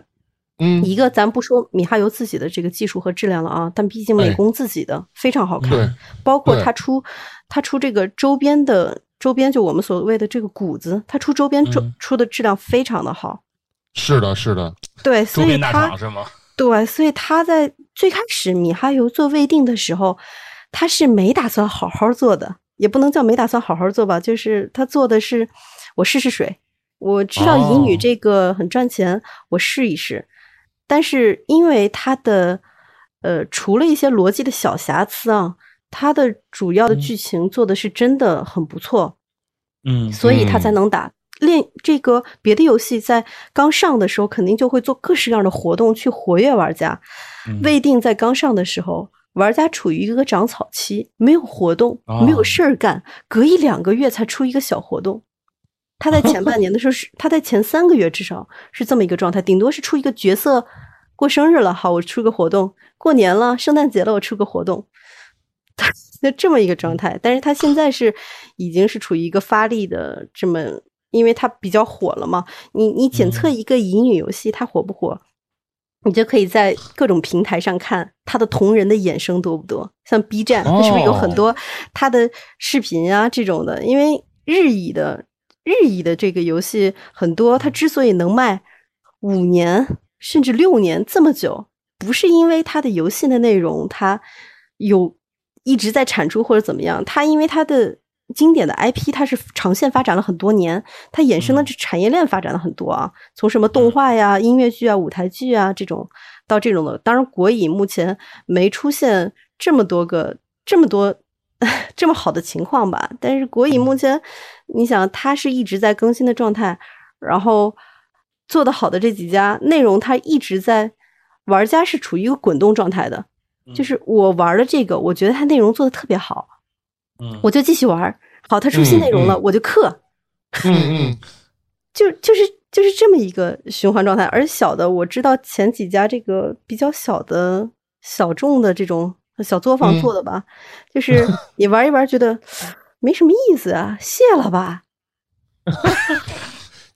Speaker 5: 嗯，
Speaker 2: 一个咱不说米哈游自己的这个技术和质量了啊，但毕竟美
Speaker 5: 哎
Speaker 2: 工自己的非常好看，
Speaker 5: 对，
Speaker 2: 包括
Speaker 5: 对
Speaker 2: 他出他出这个周边的周边，就我们所谓的这个谷子，他出周边出、
Speaker 8: 嗯
Speaker 2: 出的质量非常的好。
Speaker 5: 是的，是的，
Speaker 2: 对，所
Speaker 8: 周
Speaker 2: 以
Speaker 8: 边大
Speaker 2: 他
Speaker 8: 厂是吗？
Speaker 2: 对，所以他在最开始米哈游做未定的时候，他是没打算好好做的，也不能叫没打算好好做吧，就是他做的是我试试水，我知道乙女
Speaker 5: 哦
Speaker 2: 这个很赚钱，我试一试。但是因为他的呃，除了一些逻辑的小瑕疵啊，他的主要的剧情做的是真的很不错。
Speaker 8: 嗯，
Speaker 2: 所以他才能打。练这个别的游戏在刚上的时候，肯定就会做各式各样的活动去活跃玩家。
Speaker 8: 嗯
Speaker 2: 未定在刚上的时候，玩家处于一个长草期，没有活动，
Speaker 8: 哦
Speaker 2: 没有事儿干，隔一两个月才出一个小活动。他在前半年的时候
Speaker 8: (laughs)
Speaker 2: 是，他在前三个月至少是这么一个状态，顶多是出一个角色，过生日了，好，我出个活动；过年了，圣诞节了，我出个活动，就这么一个状态。但是他现在是已经是处于一个发力的这么，因为他比较火了嘛。你你检测一个乙女游戏它火不火，你就可以在各种平台上看它的同人的衍生多不多，像 B 站
Speaker 5: 哦
Speaker 2: 是不是有很多它的视频啊这种的？因为日乙的日乙的这个游戏很多，它之所以能卖五年甚至六年这么久，不是因为它的游戏的内容它有一直在产出或者怎么样，它因为它的经典的 IP 它是长线发展了很多年，它衍生的这产业链发展了很多啊，从什么动画呀、音乐剧啊、舞台剧啊这种到这种的，当然国乙目前没出现这么多个这么多 (laughs) 这么好的情况吧，但是国乙目前你想它是一直在更新的状态，然后做得好的这几家内容，它一直在玩家是处于一个滚动状态的，就是我玩了这个，我觉得它内容做的特别好，
Speaker 8: 嗯
Speaker 2: 我就继续玩儿。好，它出新内容了，
Speaker 5: 嗯
Speaker 2: 我就
Speaker 5: (laughs)
Speaker 2: 氪，
Speaker 5: 嗯嗯，
Speaker 2: 就就是就是这么一个循环状态。而小的我知道前几家这个比较小的小众的这种小作坊
Speaker 5: 嗯
Speaker 2: 做的吧，就是 (laughs) 你玩一玩觉得没什么意思啊，卸了吧，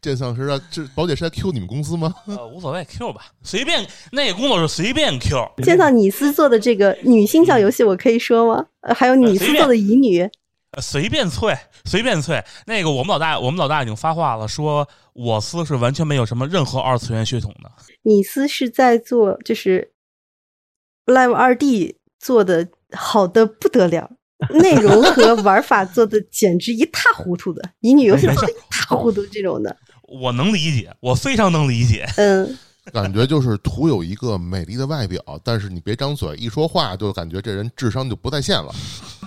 Speaker 5: 鉴赏师啊，这宝姐是在 Q 你们公司吗？
Speaker 8: 呃，无所谓，Q 吧，随便那个工作是随便 Q，
Speaker 2: 介
Speaker 5: 嗯
Speaker 2: 绍你司做的这个女性向游戏，我可以说吗？呃，还有你司做的乙女，
Speaker 8: 呃随便催，随便催。那个我们老大，我们老大已经发话了，说我司是完全没有什么任何二次元血统的。
Speaker 2: 你司是在做就是 Live 二 D 做的好的不得了，
Speaker 5: (laughs)
Speaker 2: 内容和玩法做的简直一塌糊涂的，乙女游戏做的一塌糊涂这种的，
Speaker 8: 我能理解，我非常能理解。
Speaker 2: 嗯，
Speaker 5: 感觉就是图有一个美丽的外表，但是你别张嘴一说话，就感觉这人智商就不在线了。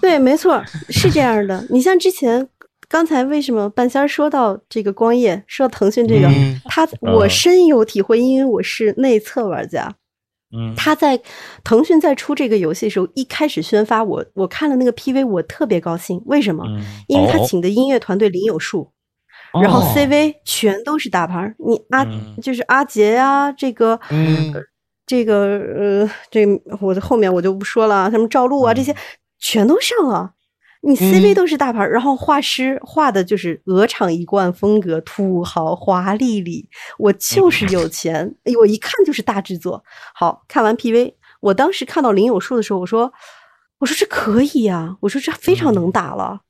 Speaker 2: 对，没错，是这样的。你像之前。刚才为什么半仙儿说到这个光夜，说到腾讯这个，
Speaker 5: 嗯
Speaker 2: 他我深有体会，因为我是内测玩家，
Speaker 8: 嗯，
Speaker 2: 他在腾讯在出这个游戏的时候，一开始宣发我，我看了那个 PV，我特别高兴。为什么？
Speaker 8: 嗯
Speaker 2: 啊因为他
Speaker 4: 哦
Speaker 2: 请的音乐团队林有树，然后 CV 全都是大牌儿，你阿、
Speaker 8: 哦嗯
Speaker 2: 就是阿杰呀、这个、
Speaker 5: 嗯
Speaker 2: 这个呃，这个我的后面我就不说了啊，什么赵露啊这些全都上了。你 CV 都是大牌儿，然后画师画的就是鹅厂一贯风格，土豪华丽丽，我就是有钱，哎我一看就是大制作。好看完 PV，我当时看到林有树的时候，我说，我说这可以呀、我说这非常能打了，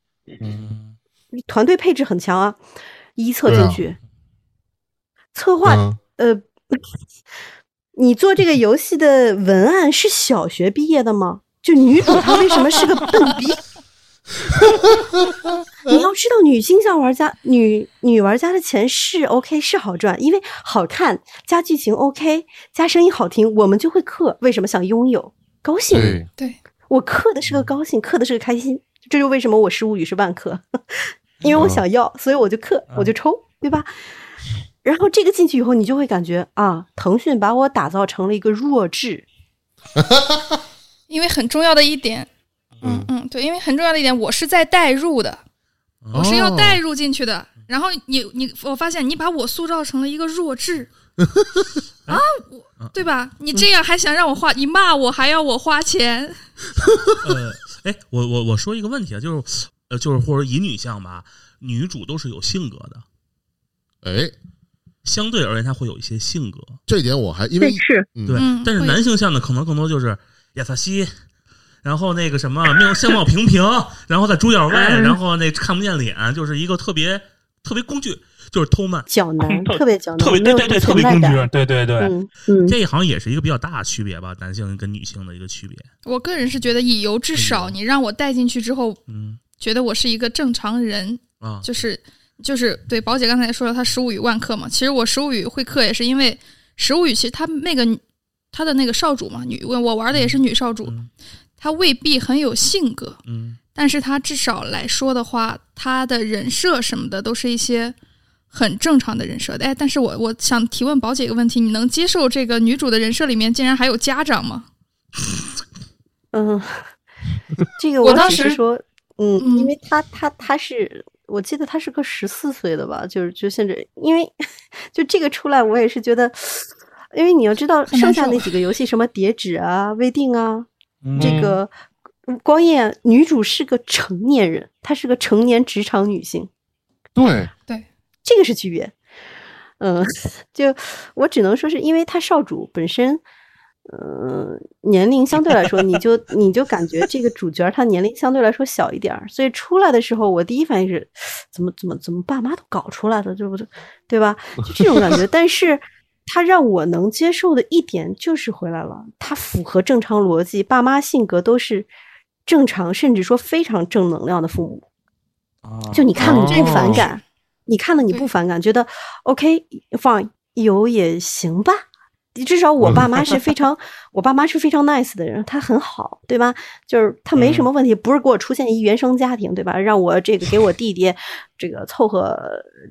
Speaker 8: 嗯
Speaker 2: 你团队配置很强啊。一测
Speaker 5: 对啊
Speaker 2: 进去，策划、
Speaker 5: 嗯
Speaker 2: 呃， (laughs) 你做这个游戏的文案是小学毕业的吗？就女主她为什么是个笨逼？ (laughs) 你要知道，女性向玩家、女女玩家的钱是 OK 是好赚，因为好看加剧情 OK 加声音好听，我们就会氪。为什么想拥有？高兴。
Speaker 5: 对，
Speaker 1: 对，
Speaker 2: 我刻的是
Speaker 8: 嗯
Speaker 2: 个高兴，刻的是个开心，这就为什么我是物语是万刻， (laughs) 因
Speaker 8: 嗯
Speaker 2: 为我想要，所以我就刻，我就抽，对吧？然后这个进去以后，你就会感觉啊，腾讯把我打造成了一个弱智，
Speaker 1: 因为很重要的一点，嗯嗯，对，因为很重要的一点，我是在代入的，我是要代入进去的。然后你你，我发现你把我塑造成了一个弱智啊，我对吧？你这样还想让我花？你骂我还要我花钱？
Speaker 8: 呃，哎，我我我说一个问题啊，就是呃，就是或者乙女向吧，女主都是有性格的，
Speaker 5: 哎，
Speaker 8: 相对而言她会有一些性格，
Speaker 5: 这点我还因为
Speaker 2: 是
Speaker 5: 嗯
Speaker 8: 对。
Speaker 1: 嗯
Speaker 8: 但是
Speaker 1: 会
Speaker 8: 男性向呢，可能更多就是亚萨西。然后那个什么面相貌平平，然后再猪脚位，
Speaker 2: 嗯
Speaker 8: 然后那看不见脸，就是一个特别特别工具，就是偷慢。
Speaker 2: 脚男，
Speaker 8: (laughs) 特
Speaker 2: 特别脚男，
Speaker 8: 特别
Speaker 2: 没
Speaker 8: 对
Speaker 2: 有
Speaker 8: 对对，
Speaker 2: 什
Speaker 8: 特
Speaker 2: 么
Speaker 8: 别
Speaker 2: 存在
Speaker 8: 工具
Speaker 2: 感。，
Speaker 8: 对对对。
Speaker 2: 嗯嗯，
Speaker 8: 这好像也是一个比较大的区别吧，男性跟女性的一个区别。
Speaker 1: 我个人是觉得以油至少，你让我带进去之后，
Speaker 8: 嗯
Speaker 1: 觉得我是一个正常人，
Speaker 8: 啊，
Speaker 1: 就是就是对宝姐刚才也说了，她十五语万课嘛。其实我十五语会课也是因为十五语，其实她那个她的那个少主嘛，女我我玩的也是女少主
Speaker 8: 嗯，
Speaker 1: 她未必很有性格，
Speaker 8: 嗯
Speaker 1: 但是她至少来说的话，她的人设什么的都是一些。很正常的人设，哎，但是我我想提问宝姐一个问题：你能接受这个女主的人设里面竟然还有家长吗？
Speaker 2: 嗯，这个
Speaker 1: 我当
Speaker 2: 只是
Speaker 1: 时
Speaker 2: 说，嗯，
Speaker 1: 嗯
Speaker 2: 因为他他他是，我记得他是个十四岁的吧，就是就甚至因为就这个出来，我也是觉得，因为你要知道
Speaker 1: 很难
Speaker 2: 剩下
Speaker 1: 受
Speaker 2: 那几个游戏，什么叠纸啊、微定啊，
Speaker 8: 嗯
Speaker 2: 这个
Speaker 1: 嗯
Speaker 2: 光夜女主是个成年人，她是个成年职场女性，
Speaker 5: 对，
Speaker 2: 这个是区别。嗯， (laughs) 就我只能说是因为她少主本身，呃，年龄相对来说，你就你就感觉这个主角她年龄相对来说小一点儿，所以出来的时候，我第一反应是，怎么怎么怎么爸妈都搞出来的，这不就对吧？就这种感觉。但是她让我能接受的一点就是回来了，她符合正常逻辑，爸妈性格都是正常，甚至说非常正能量的父母。
Speaker 8: 啊
Speaker 2: 就你看了你不反感，你看了你不反感，觉得 OK 放有也行吧。至少我爸妈是非常，我爸妈是非常 nice 的人，他很好，对吧？就是他没什么问题，不是给我出现一原生家庭，对吧？让我这个给我弟弟这个凑合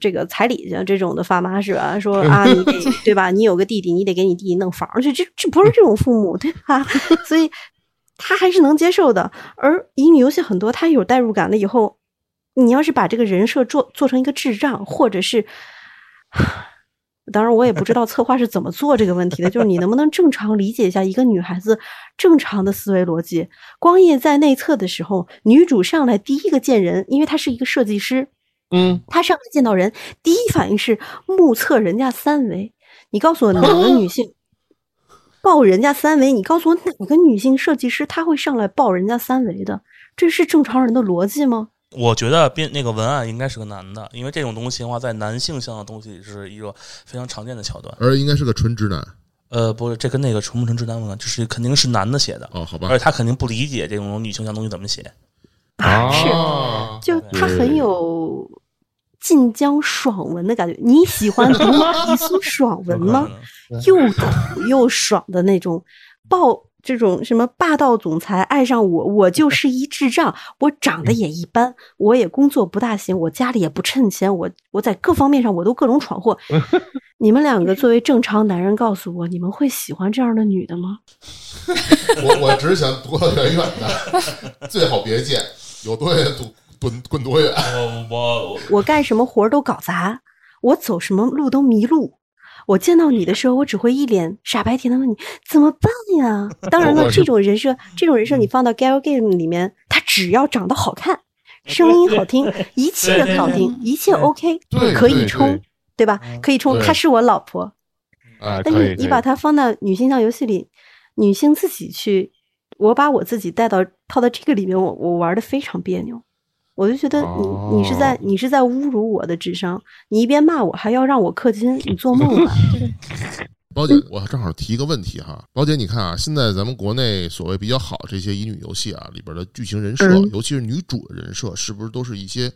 Speaker 2: 这个彩礼去，这种的爸妈是吧？说啊，你得对吧？你有个弟弟，你得给你弟弟弄房去，这这不是这种父母，对吧？ (laughs) 所以他还是能接受的。而乙女游戏很多，它有代入感了以后，你要是把这个人设做做成一个智障，或者是， (sighs) 当然我也不知道策划是怎么做这个问题的，就是你能不能正常理解一下一个女孩子正常的思维逻辑？光夜在内测的时候，女主上来第一个见人，因为她是一个设计师，
Speaker 9: 嗯，
Speaker 2: 他上来见到人，第一反应是目测人家三围。你告诉我哪个女性报人家三围？你告诉我哪个女性设计师她会上来报人家三围的？这是正常人的逻辑吗？
Speaker 8: 我觉得编那个文案应该是个男的，因为这种东西的话，在男性向的东西是一个非常常见的桥段。
Speaker 5: 而应该是个纯直男
Speaker 8: 呃，不是，这跟那个纯不纯直男文案，就是肯定是男的写的，
Speaker 5: 哦，好吧
Speaker 8: 而且，他肯定不理解这种女性向东西怎么写。
Speaker 9: 哦，
Speaker 2: 就
Speaker 8: 对
Speaker 2: 他很有晋江爽文的感觉。你喜欢读低俗爽文
Speaker 8: 有可
Speaker 2: 吗？
Speaker 8: 能
Speaker 2: 又土又爽的那种暴。这种什么霸道总裁爱上我，我就是一智障，我长得也一般，我也工作不大行，我家里也不趁钱，我我在各方面上我都各种闯祸。你们两个作为正常男人，告诉我，你们会喜欢这样的女的吗？
Speaker 5: 我我只是想躲得远远的，最好别见，有多远滚滚滚多远。
Speaker 8: 我我我
Speaker 2: 我干什么活儿都搞砸，我走什么路都迷路。我见到你的时候，我只会一脸傻白甜的问你怎么办呀？ (laughs) 当然了，这种人
Speaker 5: (laughs)
Speaker 2: 设，这种人
Speaker 5: 嗯
Speaker 2: 设你放到 Gal Game 里面，他只要长得好
Speaker 5: 啊
Speaker 2: 看， (laughs) 声音好听，一切好听，一切 OK，
Speaker 5: 对
Speaker 2: 可以
Speaker 5: 对嗯
Speaker 2: 冲
Speaker 9: 对，
Speaker 2: 对吧？可以冲，
Speaker 5: 对
Speaker 2: 她是我老婆。
Speaker 5: 哎
Speaker 9: 啊，
Speaker 2: 但
Speaker 9: 可
Speaker 2: 是
Speaker 9: 以
Speaker 2: 你把它放到女性向游戏里，女性自己去，我把我自己带到套到这个里面，我我玩的非常别扭，我就觉得你你是在
Speaker 9: 哦
Speaker 2: 你是在侮辱我的智商，你一边骂我还要让我氪金，你做梦吧！啊
Speaker 5: 包姐，我正好提一个问题哈，包姐，你看啊，现在咱们国内所谓比较好这些乙女游戏啊，里边的剧情人设，
Speaker 2: 嗯
Speaker 5: 尤其是女主的人设，是不是都是一些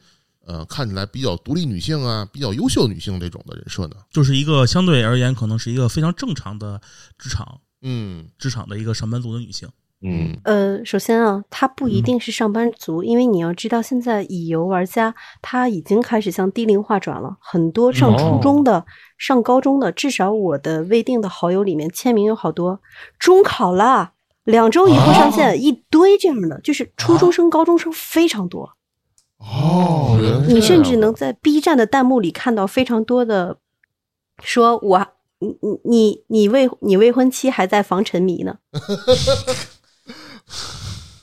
Speaker 5: 呃看起来比较独立女性啊、比较优秀女性这种的人设呢？
Speaker 8: 就是一个相对而言，可能是一个非常正常的职场
Speaker 5: 嗯
Speaker 8: 职场的一个上班族的女性。
Speaker 9: 嗯，
Speaker 2: 呃，首先啊，他不一定是上班族，因为你要知道，现在乙游玩家他已经开始向低龄化转了，很多上初中的、上高中的，至少我的未定的好友里面签名有好多，中考啦，两周以后上线，一堆这样的，就是初中生、高中生非常多。
Speaker 9: 哦，原
Speaker 5: 嗯
Speaker 9: 来
Speaker 2: 你
Speaker 9: 是这样
Speaker 2: 甚至能在 B 站的弹幕里看到非常多的，说我你你你你未你未婚妻还在防沉
Speaker 9: (laughs)
Speaker 2: 迷呢，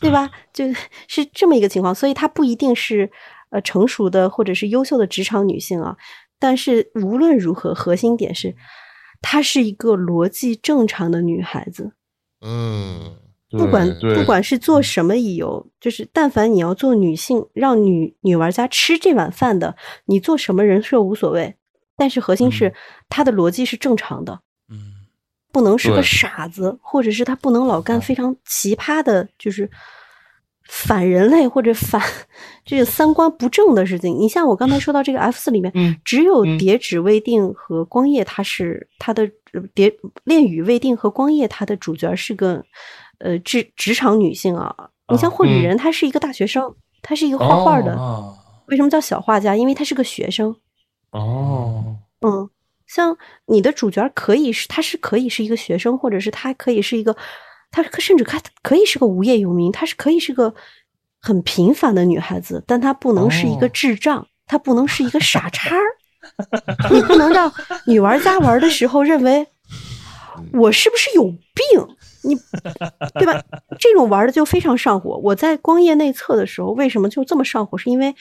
Speaker 2: 对吧？就是这么一个情况，所以她不一定是呃成熟的或者是优秀的职场女性啊，但是无论如何，核心点是她是一个逻辑正常的女孩子，
Speaker 5: 嗯，
Speaker 2: 不管
Speaker 9: 对嗯
Speaker 2: 不管是做什么乙游，就是但凡你要做女性，让女女玩家吃这碗饭的，你做什么人设无所谓，但是核心
Speaker 9: 嗯
Speaker 2: 是她的逻辑是正常的，
Speaker 8: 嗯，
Speaker 2: 不能是个
Speaker 9: 对嗯
Speaker 2: 傻子，或者是她不能老干非常奇葩的，就是反人类或者反这个三观不正的事情。你像我刚才说到这
Speaker 9: (laughs)
Speaker 2: 个 F 四里面，
Speaker 9: 嗯
Speaker 2: 只有
Speaker 9: 嗯
Speaker 2: 叠纸未定和光夜，他是他的呃叠恋与未定和光夜，他的主角是个呃职职场女性啊。你像
Speaker 8: 啊
Speaker 2: 霍比
Speaker 9: 嗯
Speaker 2: 人，她是一个大学生，她是一个画画的。
Speaker 8: 啊，
Speaker 2: 为什么叫小画家？因为她是个学生。
Speaker 9: 哦，
Speaker 2: 嗯，像你的主角可以是，他是可以是一个学生，或者是他可以是一个，他可甚至他可以是个无业游民，他是可以是个很平凡的女孩子，但她不能是一个
Speaker 9: 哦
Speaker 2: 智障，她不能是一个傻叉儿，你不能让女玩家玩的时候认为我是不是有病。你对吧？这种玩的就非常上火。我在光夜内测的时候，为什么就这么上火？是因为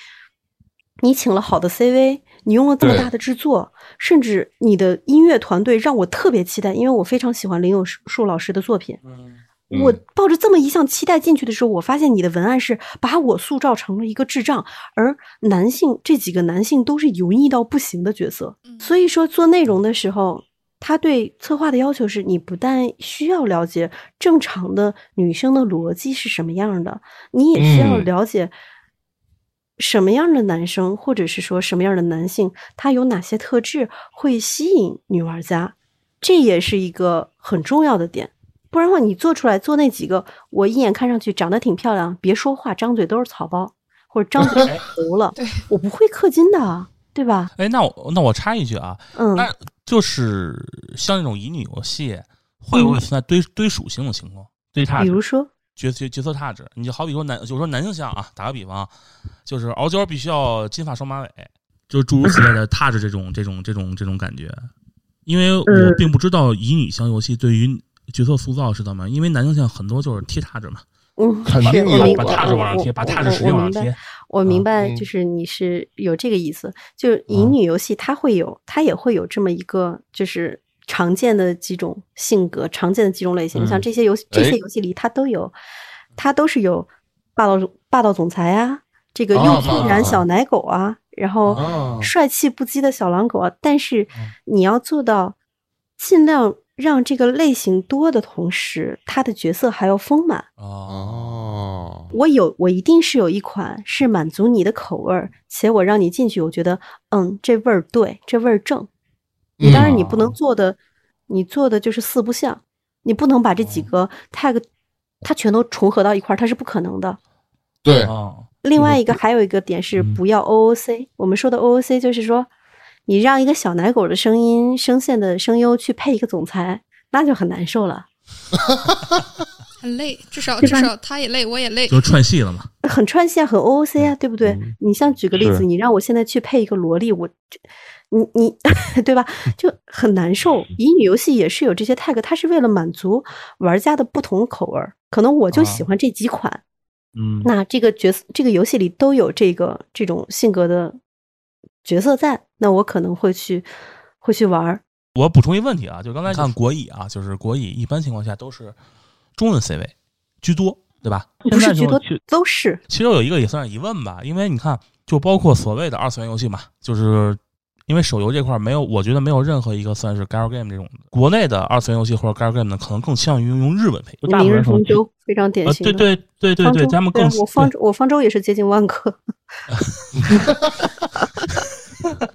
Speaker 2: 你请了好的 CV，你用了这么
Speaker 9: 对
Speaker 2: 大的制作，甚至你的音乐团队让我特别期待，因为我非常喜欢林有树老师的作品。
Speaker 9: 嗯
Speaker 2: 我抱着这么一项期待进去的时候，我发现你的文案是把我塑造成了一个智障，而男性这几个男性都是油腻到不行的角色。嗯所以说，做内容的时候，他对策划的要求是你不但需要了解正常的女生的逻辑是什么样的，你也需要
Speaker 9: 嗯
Speaker 2: 了解什么样的男生，或者是说什么样的男性，他有哪些特质会吸引女玩家，这也是一个很重要的点。不然的话，你做出来做那几个，我一眼看上去长得挺漂亮，别说话，张嘴都是草包，或者张嘴糊了，
Speaker 1: 对
Speaker 2: 我不会氪金的，啊对吧？
Speaker 8: 哎，那我那我插一句啊，
Speaker 2: 嗯，
Speaker 8: 那就是像那种乙女游戏，会不会存在堆堆属性的情况？堆差
Speaker 2: 嗯比如说，
Speaker 8: 角角角色差值，你就好比说男，就说男性向啊，打个比方，就是傲娇必须要金发双马尾，就是诸如此类的踏着这种这种这种这种感觉。因为我并不知道乙女向游戏对于角色塑造是怎么样，因为男性向很多就是贴踏着嘛，
Speaker 2: 嗯，
Speaker 9: 肯定
Speaker 2: 是
Speaker 9: 有啊
Speaker 2: 我明
Speaker 9: 吧
Speaker 8: 把踏着往上贴，把踏着使劲往上贴。
Speaker 2: 我明白，
Speaker 9: 嗯
Speaker 2: 就是你是有这个意思。就乙女游戏，它会有，它也会有这么一个，就是常见的几种性格，常见的几种类型。
Speaker 9: 嗯
Speaker 2: 像这些游戏，这些游戏里它都有，它都是有霸道霸道总裁啊，这个
Speaker 9: 啊
Speaker 2: 用
Speaker 9: 霸道
Speaker 2: 力男
Speaker 9: 总裁
Speaker 2: 小奶狗啊，然后
Speaker 9: 啊
Speaker 2: 帅气不羁的小狼狗啊。但是
Speaker 9: 嗯
Speaker 2: 你要做到尽量让这个类型多的同时，它的角色还要丰满。
Speaker 8: 哦，
Speaker 9: 哦，
Speaker 2: 我有，我一定是有一款是满足你的口味儿，且我让你进去，我觉得，嗯，这味儿对，这味儿正。你当然你不能做的，你做的就是四不像，你不能把这几个 tag 它全都重合到一块儿，它是不可能的。
Speaker 9: 对，
Speaker 8: 哦
Speaker 2: 另外一个还有一个点是不要 OOC，、我们说的 OOC 就是说，你让一个小奶狗的声音声线的声优去配一个总裁，那就很难受了，
Speaker 1: 很累，至少
Speaker 2: 对
Speaker 1: 至
Speaker 2: 吧
Speaker 1: 少他也累，我也累。
Speaker 8: 就串戏了嘛。
Speaker 2: 很串戏啊，很 OOC 啊，对不对？
Speaker 9: 嗯
Speaker 2: 你像举个例子，
Speaker 9: 是
Speaker 2: 你让我现在去配一个萝莉，我这你你 (laughs) 对吧？就很难受。乙女游戏也是有这些 tag，它是为了满足玩家的不同口味儿。可能我就喜欢这几款，
Speaker 8: 嗯，
Speaker 2: 那这个角色这个游戏里都有这个这种性格的角色在，那我可能会去会去玩儿。
Speaker 8: 我补充一个问题啊，就刚才看国乙啊，就是国乙一般情况下都是中文 C 位居多，对吧？
Speaker 2: 不
Speaker 8: 现
Speaker 2: 是
Speaker 8: 在
Speaker 2: 居
Speaker 8: 就
Speaker 2: 多
Speaker 8: 去
Speaker 2: 都是
Speaker 8: 其实有一个也算是疑问吧，因为你看，就包括所谓的二次元游戏嘛，就是因为手游这块儿没有，我觉得没有任何一个算是 gal game 这种国内的二次元游戏或者 gal game 呢，可能更倾向于用日文配音。
Speaker 9: 大部
Speaker 2: 明
Speaker 9: 分
Speaker 2: 日
Speaker 9: 是
Speaker 2: 方舟非常典
Speaker 8: 啊，
Speaker 2: 型的。
Speaker 8: 对对对对
Speaker 2: 方
Speaker 8: 对，
Speaker 2: 舟
Speaker 8: 他们
Speaker 2: 对
Speaker 8: 更
Speaker 2: 我方我方舟也是接近万个。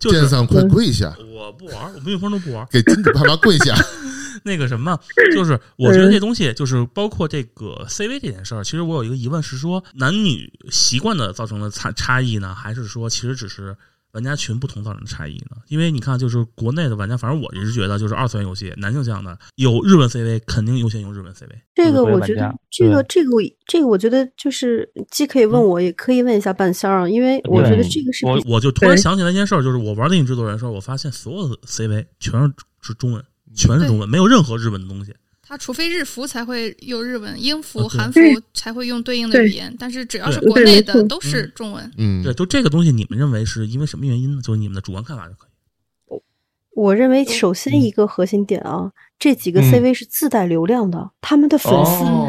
Speaker 8: 就
Speaker 5: 剑
Speaker 8: 是
Speaker 5: 桑
Speaker 9: 嗯
Speaker 5: 快跪下，
Speaker 8: 我不玩，我蜜蜂都不玩。
Speaker 5: 给金主爸爸跪
Speaker 9: (laughs)
Speaker 5: 下。
Speaker 8: 那个什么，就是我觉得这东西就是包括这个 CV 这件事儿，其实我有一个疑问是说，男女习惯的造成的差差异呢，还是说其实只是玩家群不同造成的差异呢？因为你看，就是国内的玩家，反正我也是觉得，就是二次元游戏男性向的有日文 CV，肯定优先用日文 CV。
Speaker 2: 这
Speaker 9: 就是
Speaker 2: 个
Speaker 9: 不会
Speaker 2: 我
Speaker 9: 搬
Speaker 2: 觉得
Speaker 9: 家，
Speaker 2: 这个
Speaker 9: 对嗯
Speaker 2: 这个我这个我觉得就是既可以问我，也可以问一下半仙儿啊，因为我觉得这个是
Speaker 8: 我
Speaker 2: 比
Speaker 8: 我就突然想起来一件事儿，就是我玩那个制作人的时候，我发现所有的 CV 全是是中文，全是中文，没有任何日文的东西。
Speaker 1: 他除非日服才会有日文，英服、
Speaker 8: 啊对
Speaker 1: 韩服才会用对应的语言，但是只要是
Speaker 8: 对
Speaker 1: 国内
Speaker 2: 对
Speaker 1: 的
Speaker 2: 没错
Speaker 1: 都是中文。
Speaker 5: 嗯，
Speaker 8: 对，就这个东西，你们认为是因为什么原因呢？就是你们的主观看法就可以。
Speaker 2: 我认为首先一个核心点啊，这几个
Speaker 9: 嗯
Speaker 2: CV 是自带流量的，他们的粉丝，
Speaker 9: 哦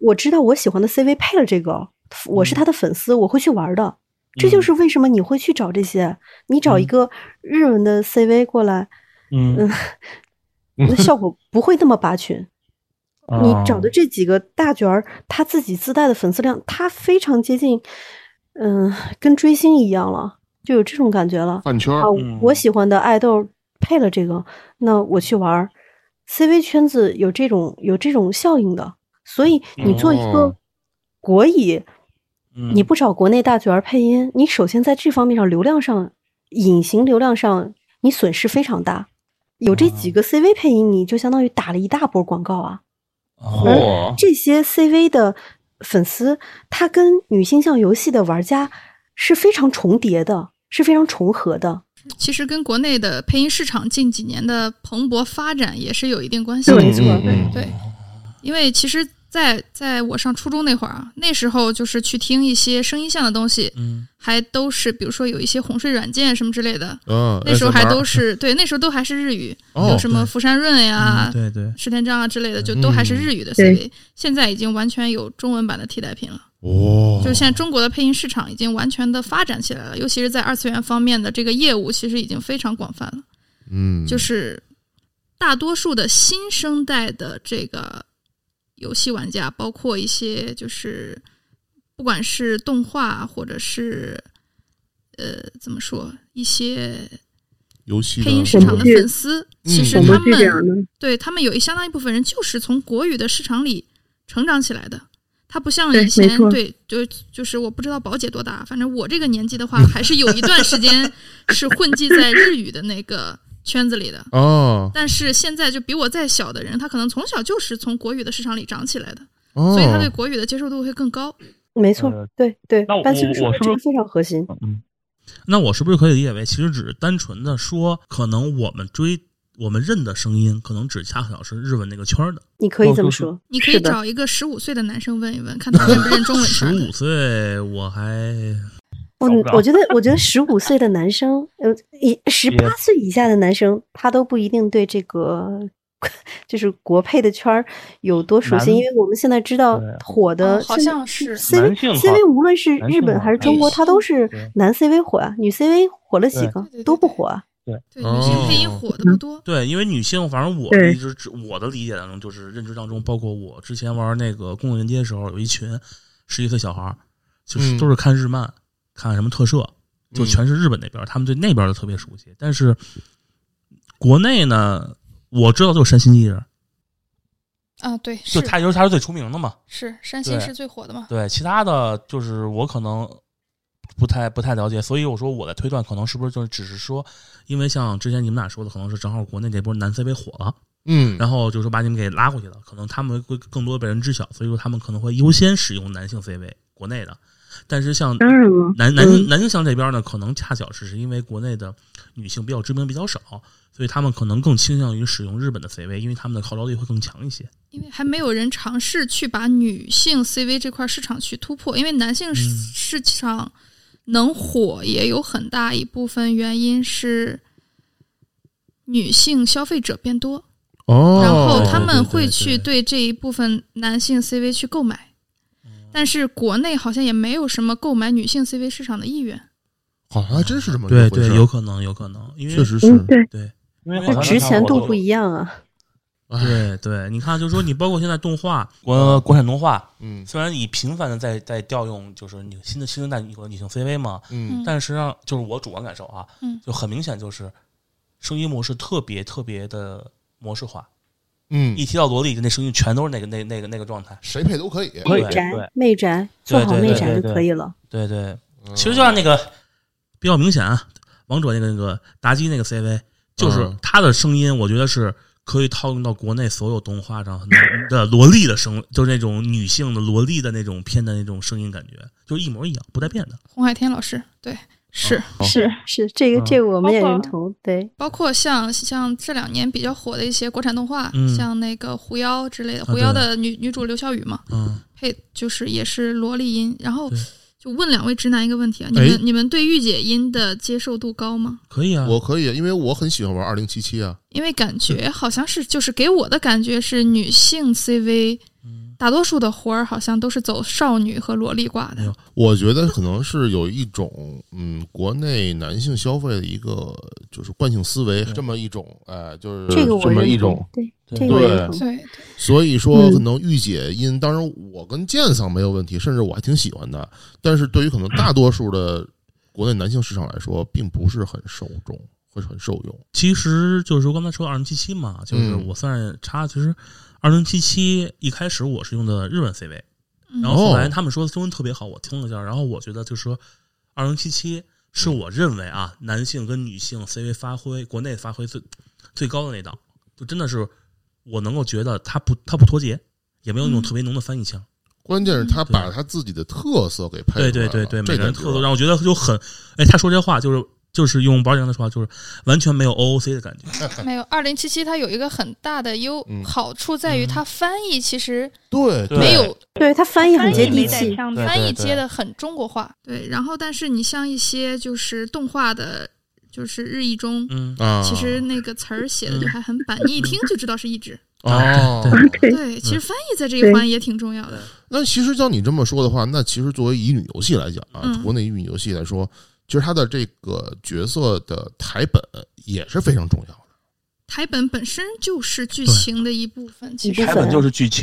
Speaker 2: 我知道我喜欢的 CV 配了这个，我
Speaker 9: 嗯
Speaker 2: 是他的粉丝，我会去玩的。这就是为什么你会去找这些，你找一个日文的 CV 过来，
Speaker 9: 嗯，
Speaker 2: 那
Speaker 9: (laughs)
Speaker 2: 效果不会那么拔群。你找的
Speaker 9: 哦
Speaker 2: 这几个大角儿，他自己自带的粉丝量，他非常接近，嗯、跟追星一样了，就有这种感觉了。
Speaker 9: 饭圈儿
Speaker 2: 啊，
Speaker 5: 哦
Speaker 8: 嗯
Speaker 2: 我喜欢的爱豆配了这个，那我去玩儿。CV 圈子有这种有这种效应的，所以你做一个
Speaker 9: 哦
Speaker 2: 国乙，
Speaker 8: 嗯
Speaker 2: 你不找国内大角儿配音，你首先在这方面上流量上，隐形流量上，你损失非常大。有这几个 CV 配音，你就相当于打了一大波广告啊。
Speaker 8: 哦
Speaker 9: 嚯，
Speaker 2: 这些 CV 的粉丝，他跟女性向游戏的玩家是非常重叠的，是非常重合的。
Speaker 1: 其实跟国内的配音市场近几年的蓬勃发展也是有一定关系
Speaker 2: 对
Speaker 1: 的。
Speaker 2: 没错
Speaker 9: 嗯嗯
Speaker 1: 对，因为其实在在我上初中那会儿啊，那时候就是去听一些声音像的东西，
Speaker 8: 嗯，
Speaker 1: 还都是比如说有一些哄睡软件什么之类的，
Speaker 5: 嗯，
Speaker 1: 哦那时候还都
Speaker 5: SMR
Speaker 1: 是对，那时候都还是日语，
Speaker 5: 哦
Speaker 1: 有什么福山润呀、
Speaker 8: 嗯对对，
Speaker 1: 石田章啊之类的，就都还是日语的 CV，、现在已经完全有中文版的替代品了。
Speaker 5: 哦，
Speaker 1: 就是现在中国的配音市场已经完全的发展起来了，尤其是在二次元方面的这个业务，其实已经非常广泛了。
Speaker 5: 嗯，
Speaker 1: 就是大多数的新生代的这个游戏玩家，包括一些就是不管是动画或者是呃怎么说一些
Speaker 5: 游戏
Speaker 1: 配音市场的粉丝，
Speaker 5: 嗯
Speaker 1: 其实
Speaker 5: 我
Speaker 1: 他们、
Speaker 5: 们
Speaker 2: 的，
Speaker 1: 对他们有一相当一部分人就是从国语的市场里成长起来的。他不像
Speaker 2: 对
Speaker 1: 以前
Speaker 2: 没错
Speaker 1: 对就就是我不知道宝姐多大，反正我这个年纪的话，还是有一段时间是混迹在日语的那个圈子里的。
Speaker 5: 哦，
Speaker 1: 但是现在就比我再小的人，他可能从小就是从国语的市场里长起来的，
Speaker 5: 哦
Speaker 1: 所以他对国语的接受度会更高。
Speaker 2: 没错，
Speaker 9: 呃
Speaker 2: 对对
Speaker 9: 那我，
Speaker 2: 半清说
Speaker 9: 我
Speaker 2: 的
Speaker 9: 是不
Speaker 2: 这
Speaker 9: 是
Speaker 2: 个非常核心。
Speaker 9: 嗯
Speaker 8: 那我是不是可以理解为，其实只是单纯的说，可能我们追我们认的声音，可能只恰巧是日文那个圈儿的。
Speaker 2: 你可以
Speaker 9: 我
Speaker 2: 这么
Speaker 9: 就是
Speaker 2: 说，
Speaker 1: 你可以
Speaker 2: 是的
Speaker 1: 找一个十五岁的男生问一问，看他认不认中文
Speaker 8: 十
Speaker 1: 圈
Speaker 8: 五
Speaker 1: 子。
Speaker 8: 岁我还
Speaker 2: 我
Speaker 8: 找不着
Speaker 2: 我觉得，我觉
Speaker 10: (laughs)
Speaker 2: 得十五岁的男生，呃，以十八岁以下的男生，他都不一定对这个 (laughs) 就是国配的圈儿有多熟悉，
Speaker 10: 男
Speaker 2: 因为我们现在知道
Speaker 10: 对
Speaker 2: 火的
Speaker 1: 哦好
Speaker 2: 现在
Speaker 1: 像是哎
Speaker 2: CV
Speaker 10: 男性好
Speaker 2: CV，无论是
Speaker 10: 男
Speaker 2: 日
Speaker 10: 性
Speaker 2: 本
Speaker 10: 好
Speaker 2: 还是中国，
Speaker 1: 男
Speaker 2: 它都是
Speaker 10: 对
Speaker 2: 男 CV 火啊，女 CV 火了几
Speaker 10: 对
Speaker 2: 个
Speaker 1: 对对
Speaker 2: 都不
Speaker 1: 对
Speaker 2: 火啊。
Speaker 1: 对，女性配音火的不多，
Speaker 8: 对，因为女性，反正我
Speaker 2: 对
Speaker 8: 一直知我的理解当中，就是认知当中，包括我之前玩那个《公共人街》的时候，有一群十一岁小孩儿，就是、
Speaker 5: 嗯
Speaker 8: 都是看日漫，看什么特摄，就全是日本那边儿，他们对那边儿的特别熟悉。但是国内呢，我知道就是山新艺人，
Speaker 1: 啊，对，
Speaker 8: 就是他就是他是最出名的嘛。
Speaker 1: 是山新
Speaker 8: 对
Speaker 1: 是最火的嘛，
Speaker 8: 对，其他的就是我可能不太不太了解，所以我说我的推断可能是不是就是只是说，因为像之前你们俩说的，可能是正好国内这波男 CV 火了，
Speaker 5: 嗯，
Speaker 8: 然后就说把你们给拉过去了，可能他们会更多被人知晓，所以说他们可能会优先使用男性 CV 国内的，但是像
Speaker 2: 当然了，
Speaker 8: 男男性
Speaker 2: 嗯
Speaker 8: 男性向这边呢，可能恰巧是是因为国内的女性比较知名比较少，所以他们可能更倾向于使用日本的 CV，因为他们的号召力会更强一些。
Speaker 1: 因为还没有人尝试去把女性 CV 这块市场去突破，因为男性
Speaker 8: 嗯
Speaker 1: 市市场能火也有很大一部分原因是女性消费者变多，
Speaker 5: 哦，
Speaker 1: 然后他
Speaker 8: 对对
Speaker 1: 们
Speaker 8: 对
Speaker 1: 会
Speaker 8: 对哦
Speaker 1: 去对这一部分男性 CV 去购买，但是国内好像也没有什么购买女性 CV 市场的意愿。
Speaker 5: 好像还真是这么一
Speaker 8: 对
Speaker 5: 回事
Speaker 8: 对，
Speaker 5: 儿
Speaker 8: 有可能，有可能，因为
Speaker 5: 确实是
Speaker 2: 嗯，，对，
Speaker 8: 对
Speaker 10: 因为
Speaker 8: 这
Speaker 10: 好像
Speaker 2: 值
Speaker 10: 那场
Speaker 2: 钱度
Speaker 10: 我都
Speaker 2: 不一样啊。
Speaker 5: 哎，
Speaker 8: 对对，你看，就是说你包括现在动画，国国产动画，
Speaker 5: 嗯
Speaker 8: 虽然以频繁的在在调用就是女新的新生代女女性 CV 嘛，
Speaker 5: 嗯
Speaker 1: 嗯
Speaker 8: 但实际上就是我主观感受啊，
Speaker 1: 嗯
Speaker 8: 就很明显就是声音模式特别特别的模式化，
Speaker 5: 嗯，
Speaker 8: 一提到萝莉，那声音全都是那个那那个那个状态。
Speaker 5: 谁配都可以，
Speaker 10: 可以
Speaker 8: 对
Speaker 2: 宅
Speaker 10: 对
Speaker 2: 媚宅，做
Speaker 8: 对
Speaker 2: 好
Speaker 8: 对
Speaker 2: 媚
Speaker 8: 对
Speaker 2: 宅
Speaker 10: 对
Speaker 2: 就
Speaker 10: 对
Speaker 2: 可以了。
Speaker 8: 对对，其实就像那个比较明显啊，王者那个那个妲己那个 CV，就是
Speaker 5: 嗯
Speaker 8: 她的声音，我觉得是可以套用到国内所有动画上很多的萝莉的声，就是那种女性的萝莉的那种偏的那种声音感觉，就是一模一样，不带变的。
Speaker 1: 洪海天老师对是。
Speaker 2: 是是，这个
Speaker 10: 嗯
Speaker 2: 这个我们
Speaker 1: 包
Speaker 2: 也
Speaker 1: 括
Speaker 2: 认同。对，
Speaker 1: 包括像像这两年比较火的一些国产动画，
Speaker 8: 嗯啊
Speaker 1: 像那个《狐妖》之类的，《
Speaker 8: 对
Speaker 1: 狐妖》的女女主刘晓宇嘛，
Speaker 8: 嗯，
Speaker 1: 配就是也是萝莉音。然后
Speaker 8: 对
Speaker 1: 就问两位直男一个问题啊，你
Speaker 5: 哎
Speaker 1: 们、你们对御姐音的接受度高吗？
Speaker 8: 可以啊，
Speaker 5: 我可以，因为我很喜欢玩二零七七啊，
Speaker 1: 因为感觉好像是就是给我的感觉是女性 CV，大
Speaker 8: 嗯
Speaker 1: 多数的活儿好像都是走少女和萝莉挂
Speaker 8: 没有
Speaker 1: 的。
Speaker 5: 我觉得可能是有一种嗯，国内男性消费的一个就是惯性思维，这么一种，哎，就是
Speaker 2: 这个我
Speaker 5: 这么
Speaker 2: 认
Speaker 5: 一
Speaker 2: 同
Speaker 5: 种。。
Speaker 2: 对，
Speaker 8: 对
Speaker 2: 这个我
Speaker 5: 对
Speaker 2: 认同。
Speaker 1: 对，
Speaker 5: 所以说，
Speaker 2: 嗯
Speaker 5: 可能御姐音，当然我跟剑桑没有问题，甚至我还挺喜欢的。但是对于可能大多数的国内男性市场来说，并不是很受众，会很受用。
Speaker 8: 其实就是说刚才说二零七七嘛，就是
Speaker 5: 嗯
Speaker 8: 我算是插，其实二零七七一开始我是用的日本 CV，
Speaker 1: 嗯
Speaker 8: 然后后
Speaker 5: 哦
Speaker 8: 来他们说中文特别好，我听了一下，然后我觉得就是说二零七七是我认为啊，男性跟女性 CV 发挥国内发挥最最高的那档，就真的是我能够觉得他不他不脱节，也没有那种
Speaker 1: 嗯
Speaker 8: 特别浓的翻译腔，
Speaker 5: 关键是他
Speaker 8: 嗯对
Speaker 5: 把他自己的特色给配
Speaker 8: 对
Speaker 5: 出来
Speaker 8: 对对
Speaker 5: 了，
Speaker 8: 对，每
Speaker 5: 这
Speaker 8: 个人
Speaker 5: 点
Speaker 8: 特色让我觉得就很，哎，他说这话就是就是用保险的话，就是完全没有 OOC 的感觉，
Speaker 1: 没有二零七七，它有一个很大的优、
Speaker 5: 嗯
Speaker 1: 好处在于
Speaker 8: 嗯
Speaker 1: 它翻译其实
Speaker 5: 对
Speaker 8: 对
Speaker 1: 没有
Speaker 2: 对他翻译很
Speaker 3: 翻
Speaker 2: 接
Speaker 3: 译没
Speaker 2: 地
Speaker 3: 在
Speaker 2: 气。
Speaker 3: 腔
Speaker 8: 对
Speaker 3: 调，
Speaker 1: 翻译接的很中国化。对，然后但是你像一些就是动画的，就是日译中，
Speaker 8: 嗯，
Speaker 5: 啊，
Speaker 1: 其实那个词儿写的就还很板，你一听就知道是译制。
Speaker 5: 哦
Speaker 1: (laughs)
Speaker 8: 对，
Speaker 1: 对，
Speaker 8: 嗯
Speaker 1: 其实翻译在这一环也挺重要的。
Speaker 5: 那其实照你这么说的话，那其实作为乙女游戏来讲啊，
Speaker 1: 嗯
Speaker 5: 国内乙女游戏来说，其实它的这个角色的台本也是非常重要的。
Speaker 1: 台本本身就是剧情的一部分，其实
Speaker 2: 一部分
Speaker 8: 台本啊嗯就是剧情，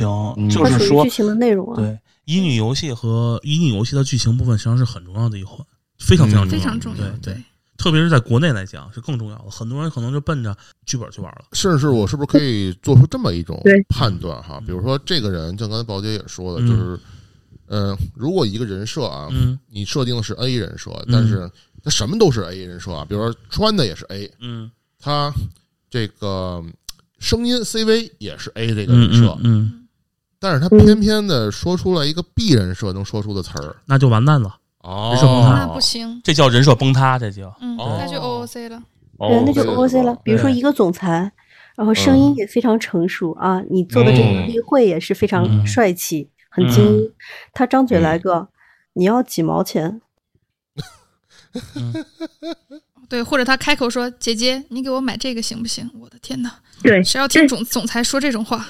Speaker 8: 就
Speaker 2: 它
Speaker 8: 是
Speaker 2: 属于
Speaker 8: 说
Speaker 2: 剧情的内容啊。
Speaker 8: 对，乙女游戏和乙女游戏的剧情部分实际上是很重要的一环，非常非常
Speaker 5: 嗯
Speaker 1: 非
Speaker 8: 重要
Speaker 1: 常重要。
Speaker 8: 对对，特别是在国内来讲是更重要的。很多人可能就奔着剧本去玩了。
Speaker 5: 甚至是我是不是可以做出这么一种
Speaker 2: 对
Speaker 5: 判断哈？比如说这个人，像刚才宝姐也说的，
Speaker 8: 嗯
Speaker 5: 就是，嗯、如果一个人设啊，
Speaker 8: 嗯
Speaker 5: 你设定的是 A 人设，
Speaker 8: 嗯
Speaker 5: 但是他什么都是 A 人设啊，比如说穿的也是 A，
Speaker 8: 嗯
Speaker 5: 他这个声音 CV 也是 A 这个
Speaker 8: 嗯
Speaker 5: 人设，
Speaker 8: 嗯嗯，
Speaker 5: 但是他
Speaker 2: 嗯
Speaker 5: 偏偏的说出来一个 B 人设能说出的词儿，
Speaker 8: 那就完蛋了，
Speaker 9: 哦
Speaker 8: 人设崩
Speaker 1: 那
Speaker 8: 塌
Speaker 1: 不行，
Speaker 8: 这叫人设崩塌，这就
Speaker 1: 嗯，
Speaker 9: 哦
Speaker 1: 那就 OOC 了。
Speaker 2: 对，那
Speaker 5: 对
Speaker 2: 就
Speaker 5: 对
Speaker 2: OC 了
Speaker 5: 对。
Speaker 2: 比如说
Speaker 8: 哦对嗯
Speaker 2: 一个总裁，然后声音也非常成熟啊，你做的这个
Speaker 5: 嗯
Speaker 2: 例会也是非常
Speaker 8: 嗯
Speaker 2: 帅气，很精英。他张嘴来个，你要几毛钱？
Speaker 1: 对，或者他开口说：“姐姐，你给我买这个行不行？”我的天哪，
Speaker 10: 对，
Speaker 1: 谁要听总总裁说这种话？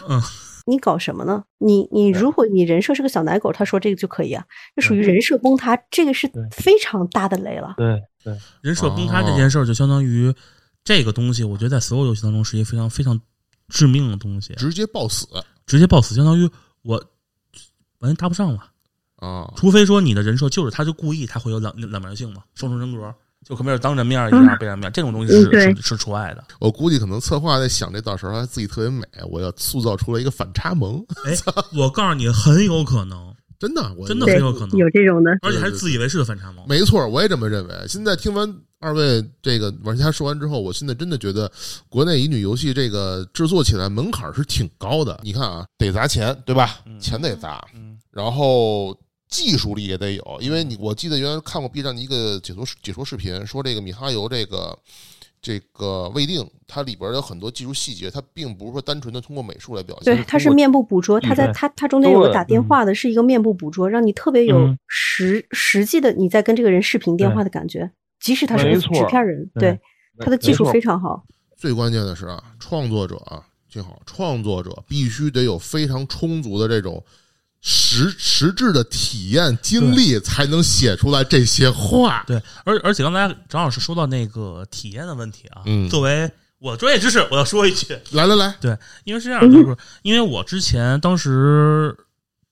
Speaker 2: 你搞什么呢？你你如果你人设是个小奶狗，他说这个就可以啊，这属于人设崩塌，这个是非常大的雷了。
Speaker 9: 对对，
Speaker 8: 人设崩塌这件事儿，就相当于这个东西，我觉得在所有游戏当中是一个非常非常致命的东西，直
Speaker 5: 直接暴死
Speaker 8: 直接 BOSS，相当于我完全搭不上了。
Speaker 5: 啊！
Speaker 8: 除非说你的人设就是他就故意，他会有两两面性嘛，双重人格，就可没有当人面儿一样背人面儿，这种东西是
Speaker 10: 嗯对
Speaker 8: 是是除外的。
Speaker 5: 我估计可能策划在想这到时候他自己特别美，我要塑造出了一个反差萌，
Speaker 8: 哎， (laughs) 我告诉你，很有可能，
Speaker 5: 真的，我
Speaker 8: 真的
Speaker 10: 对
Speaker 8: 很有可能，
Speaker 10: 有这种的，
Speaker 8: 而且还是自以为是的反差萌。
Speaker 5: 没错，我也这么认为。现在听完二位这个玩家说完之后，我现在真的觉得国内乙女游戏这个制作起来门槛是挺高的。你看啊，得砸钱，对吧？钱得砸，
Speaker 9: 嗯
Speaker 5: 然后技术力也得有，因为你我记得原来看过 B 站的一个解说解说视频，说这个米哈游这个。这个未定，它里边有很多技术细节，它并不是说单纯的通过美术来表现。
Speaker 2: 对，他是面部捕捉，他在
Speaker 9: 嗯对
Speaker 2: 他他中间有个
Speaker 9: 对
Speaker 2: 打电话的，是一个面部捕捉，让你特别有
Speaker 9: 嗯
Speaker 2: 实实际的你在跟这个人视频电话的感觉，即使他是个
Speaker 9: 没错
Speaker 2: 纸片人，对
Speaker 9: 对
Speaker 2: 他的技术
Speaker 9: 没错
Speaker 2: 非常好。
Speaker 5: 最关键的是啊，创作者啊，记好，创作者必须得有非常充足的这种实实质的体验经历，才能写出来这些话。
Speaker 8: 对，而而且刚才张老师说到那个体验的问题啊，
Speaker 5: 嗯
Speaker 8: 作为我专业知识，我要说一句，
Speaker 5: 来来来，
Speaker 8: 对， (laughs) 因为是这样，就是因为我之前当时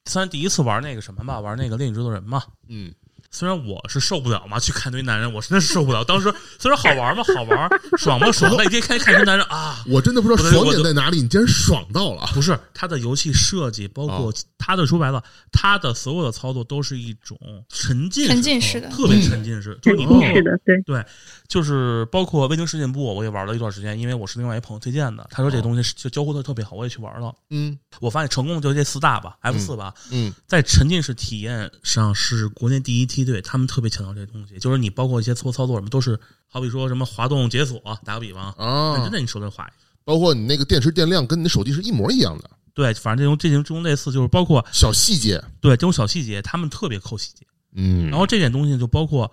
Speaker 8: 虽然第一次玩那个什么吧，玩那个《恋与制作人》嘛，
Speaker 5: 嗯，
Speaker 8: 虽然我是受不了嘛，去看堆男人，我真的是受不了。 (laughs) 当时虽然好玩嘛，好玩，爽嘛爽呗，一天看看堆男人
Speaker 5: (laughs)
Speaker 8: 啊，
Speaker 5: 我真的不知道
Speaker 8: 我的
Speaker 5: 爽
Speaker 8: 我的
Speaker 5: 点在哪里，你竟然爽到了。
Speaker 8: 不是他的游戏设计，包括他的说白了，他的所有的操作都是一种沉浸
Speaker 1: 沉浸式的
Speaker 8: 特别沉浸式，就
Speaker 10: 肯
Speaker 8: 是你包
Speaker 10: 定
Speaker 9: 嗯
Speaker 8: 括
Speaker 10: 是的，对，
Speaker 8: 就是包括《未定事件簿》，我也玩了一段时间，因为我是另外一朋友推荐的，他说这东西是就交互特特别好，我也去玩了。
Speaker 5: 嗯
Speaker 8: 我发现成功就这四大吧，F 四吧，
Speaker 5: 嗯，
Speaker 8: 在沉浸式体验上是国内第一梯队，他们特别强调这东西，就是你包括一些操操作什么都是，好比说什么滑动解锁，打个比方，
Speaker 5: 啊
Speaker 8: 真，的你手在滑。
Speaker 5: 包括你那个电池电量跟你的手机是一模一样的，
Speaker 8: 对，反正这种这种这种类似，就是包括
Speaker 5: 小细节。
Speaker 8: 对这种小细节，他们特别抠细节。
Speaker 5: 嗯，
Speaker 8: 然后这点东西就包括，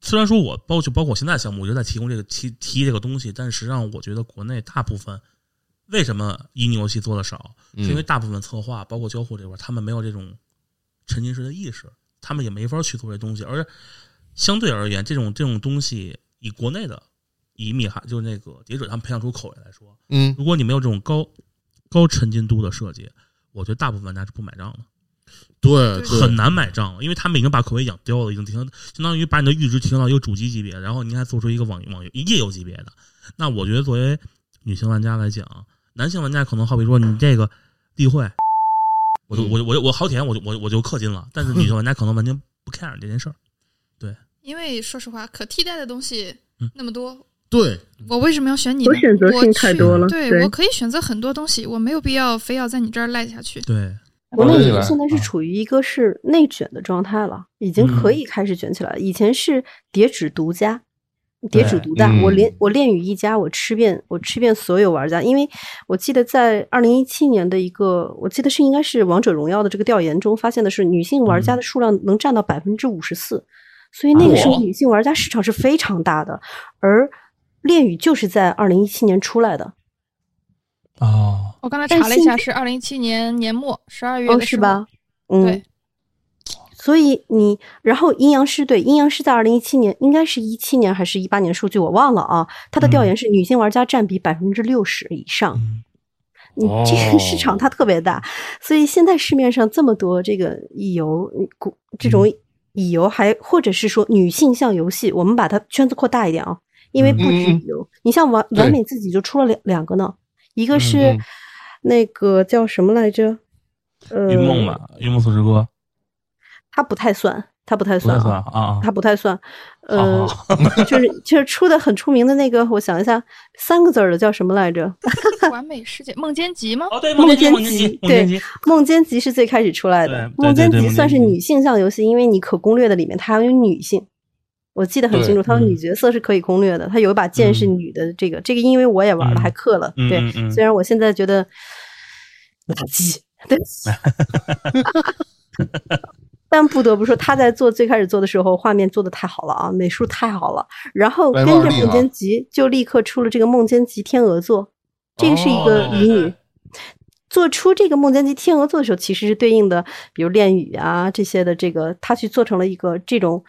Speaker 8: 虽然说我包就包括我现在项目，我就在提供这个提提这个东西，但实际上我觉得国内大部分为什么乙女游戏做的少，
Speaker 5: 嗯
Speaker 8: 是因为大部分策划包括交互这块儿，他们没有这种沉浸式的意识，他们也没法去做这东西，而相对而言，这种这种东西以国内的以米哈就是那个蝶者他们培养出口味来说，
Speaker 5: 嗯，
Speaker 8: 如果你没有这种高高沉浸度的设计，我觉得大部分玩家是不买账的。
Speaker 5: 对，对
Speaker 8: 很难买账了，因为他们已经把口味养刁了，已经提升，相当于把你的阈值提升到一个主机级别，然后您还做出一个网网页游级别的。那我觉得作为女性玩家来讲，男性玩家可能好比说你这个例会，我就我就我就我好舔我就我我就氪金了，但是女性玩家可能完全不 care 这件事儿。
Speaker 1: 因为说实话，可替代的东西
Speaker 8: 嗯
Speaker 1: 那么多，
Speaker 5: 对，
Speaker 1: 我为什么要选你呢？
Speaker 10: 我选择性太多了，
Speaker 1: 我去对，
Speaker 10: 对
Speaker 1: 我，可以选择很多东西，我没有必要非要在你这儿赖下去。
Speaker 8: 对，
Speaker 2: 国内
Speaker 9: 我理
Speaker 2: 游
Speaker 9: 解
Speaker 2: 戏现在是
Speaker 9: 啊
Speaker 2: 处于一个是内卷的状态了，已经可以开始卷起来了。以前是叠纸独家，叠纸独大，我
Speaker 5: 嗯
Speaker 2: 连我恋与一家，我吃遍我吃遍所有玩家。因为我记得在二零一七年的一个，我记得是应该是王者荣耀的这个调研中发现的是，女性玩家的数量能占到百分之五十四，所以那个时候
Speaker 9: 哇
Speaker 2: 女性玩家市场是非常大的，而恋与就是在二零一七年出来的，
Speaker 9: 哦，
Speaker 1: 我刚才
Speaker 2: 但
Speaker 1: 查了一下，
Speaker 2: 现
Speaker 1: 是二零一七年年末十二月
Speaker 2: 哦，
Speaker 1: 的
Speaker 2: 是
Speaker 1: 时候
Speaker 2: 吧？？嗯，
Speaker 1: 对，
Speaker 2: 所以你，然后阴阳师对阴阳师在二零一七年，应该是一七年还是一八年数据我忘了啊。它的调研是女性玩家占比百分之六十以上，
Speaker 8: 嗯
Speaker 2: 你这个
Speaker 9: 哦
Speaker 2: 市场它特别大，所以现在市面上这么多这个乙游古这种乙游还，或者是说女性向游戏，我们把它圈子扩大一点啊，因为不止
Speaker 5: 嗯
Speaker 2: 乙游，你像完完美自己就出了两两个呢，一个是
Speaker 5: 嗯
Speaker 2: 那个叫什么来着？呃，
Speaker 8: 嗯云梦吧，云梦四之歌
Speaker 2: 它不太算，它不太
Speaker 8: 不太
Speaker 2: 算啊
Speaker 8: 算。啊啊啊
Speaker 2: 它不太算，呃，
Speaker 8: 好
Speaker 2: 就是就是出的很出名的那个，我想一下，三个字儿的叫什么来着？
Speaker 1: 完美世界梦间集吗？
Speaker 8: 哦，对，
Speaker 2: 梦
Speaker 8: 梦
Speaker 2: 间
Speaker 8: 梦
Speaker 2: 集
Speaker 8: 间集，梦
Speaker 2: 对
Speaker 8: 间集，
Speaker 2: 梦间集是最开始出来的
Speaker 8: 对，对
Speaker 2: 梦间
Speaker 8: 对对
Speaker 2: 集算是
Speaker 8: 梦间集
Speaker 2: 女性向游戏，因为你可攻略的里面它还有女性，我记得很清楚，
Speaker 9: 对
Speaker 2: 它有女角色是可以攻略的，它有一把剑是
Speaker 8: 嗯
Speaker 2: 女的，这个这个因为我也玩了，
Speaker 8: 嗯
Speaker 2: 还氪了，
Speaker 8: 嗯
Speaker 2: 对，
Speaker 8: 嗯嗯
Speaker 2: 虽然我现在觉 (laughs)
Speaker 8: (laughs)
Speaker 2: 得垃圾，对，但不得不说，他在做最开始做的时候，画面做的太好了啊，美术太好了。然后
Speaker 5: 来
Speaker 2: 跟
Speaker 5: 吧
Speaker 2: 着
Speaker 5: 厉
Speaker 2: 梦
Speaker 5: 害
Speaker 2: 间吉就立刻出了这个梦间吉天鹅座，这个是一个
Speaker 8: 哦对
Speaker 2: 乙女。做出这个梦间吉天鹅座的时候，其实是对应的，比如恋语啊这些的这个，他去做成了一个这种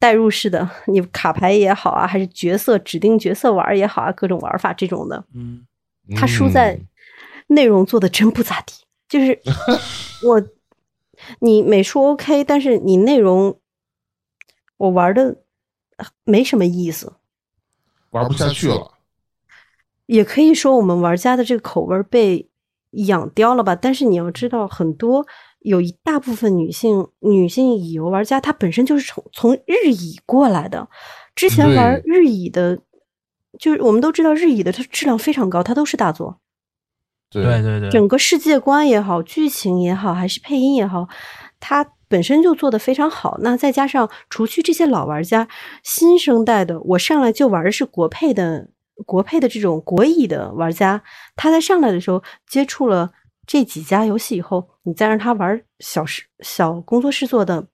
Speaker 2: 代入式的，你卡牌也好啊，还是角色指定角色玩儿也好啊，各种玩法这种的。
Speaker 8: 嗯，
Speaker 2: 他输在
Speaker 5: 嗯
Speaker 2: 内容做的真不咋地，就是我你美术 OK，但是你内容我玩的没什么意思。
Speaker 5: 玩不下
Speaker 2: (laughs)
Speaker 5: 去了。
Speaker 2: 也可以说我们玩家的这个口味儿被养刁了吧。但是你要知道，很多有一大部分女性女性乙游玩家，她本身就是从从日乙过来的。之前玩日乙的，就是我们都知道日乙的它质量非常高，它都是大作，
Speaker 5: 对
Speaker 9: 对对对，
Speaker 2: 整个世界观也好，剧情也好，还是配音也好，它本身就做得非常好。那再加上除去这些老玩家，新生代的，我上来就玩的是国配的，国配的这种国乙的玩家，他在上来的时候接触了这几家游戏以后，你再让他玩小事小工作室做的，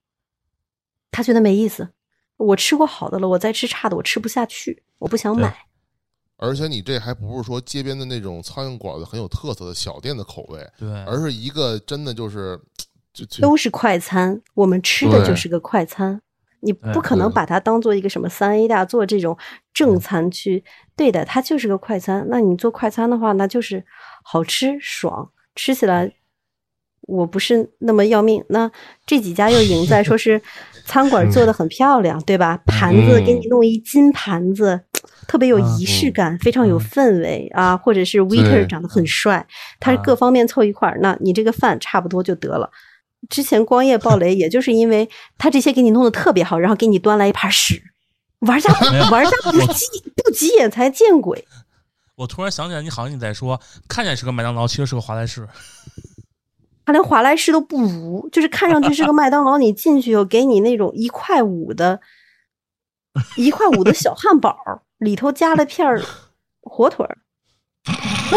Speaker 2: 他觉得没意思。我吃过好的了，我再吃差的，我吃不下去，我不想
Speaker 8: 对
Speaker 2: 买。
Speaker 5: 而且你这还不是说街边的那种苍蝇馆子很有特色的小店的口味，
Speaker 8: 对，
Speaker 5: 而是一个真的就是就就
Speaker 2: 都是快餐，我们吃的就
Speaker 5: 对
Speaker 2: 是个快餐，你不
Speaker 8: 对
Speaker 2: 可能
Speaker 5: 对
Speaker 2: 把它当做一个什么三 A 大作这种正餐去对待，它就是个快餐。那你做快餐的话，那就是好吃爽，吃起来我不是那么要命。那这几家又赢在说是餐馆做的很漂亮，对吧？盘子给你弄一金盘子。特别有
Speaker 9: 嗯
Speaker 2: 仪式感，非常有
Speaker 9: 嗯
Speaker 2: 氛围啊，或者是 waiter 长得很帅，它是
Speaker 9: 啊
Speaker 2: 各方面凑一块儿，那你这个饭差不多就得了。之前光夜暴雷，也就是因为他这些给你弄得特别好，然后给你端来一盘屎，玩家玩家不急不急眼才见鬼。
Speaker 8: 我突然想起来，你好像你在说，看起来是个麦当劳，其实是个华莱士。
Speaker 2: 他连华莱士都不如，就是看上去是个麦当劳，你进去以后给你那种一块五的，一块五的小汉堡儿，里头加了片儿火腿儿，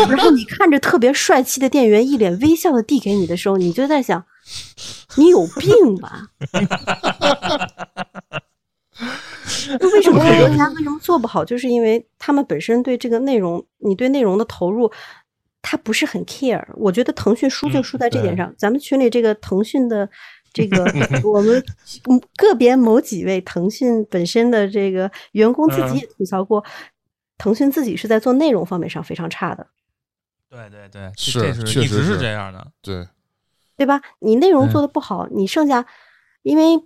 Speaker 2: 然后你看着特别帅气的店员一脸微笑的递给你的时候，你就在想，你有病吧？就为什么国家为什么做不好，就是因为他们本身对这个内容，你对内容的投入，他不是很 care。我觉得腾讯输就输在这点上。咱们群里这个腾讯的这个，我们嗯个别某几位腾讯本身的这个员工自己也吐槽过，腾讯自己是在做内容方面上非常差的，
Speaker 8: 对对对，
Speaker 5: 是
Speaker 8: 这这
Speaker 5: 确
Speaker 8: 一
Speaker 5: 实
Speaker 8: 直
Speaker 5: 是
Speaker 8: 是这样的。
Speaker 5: 对
Speaker 2: 对吧？你内容做的不好，你剩下，因为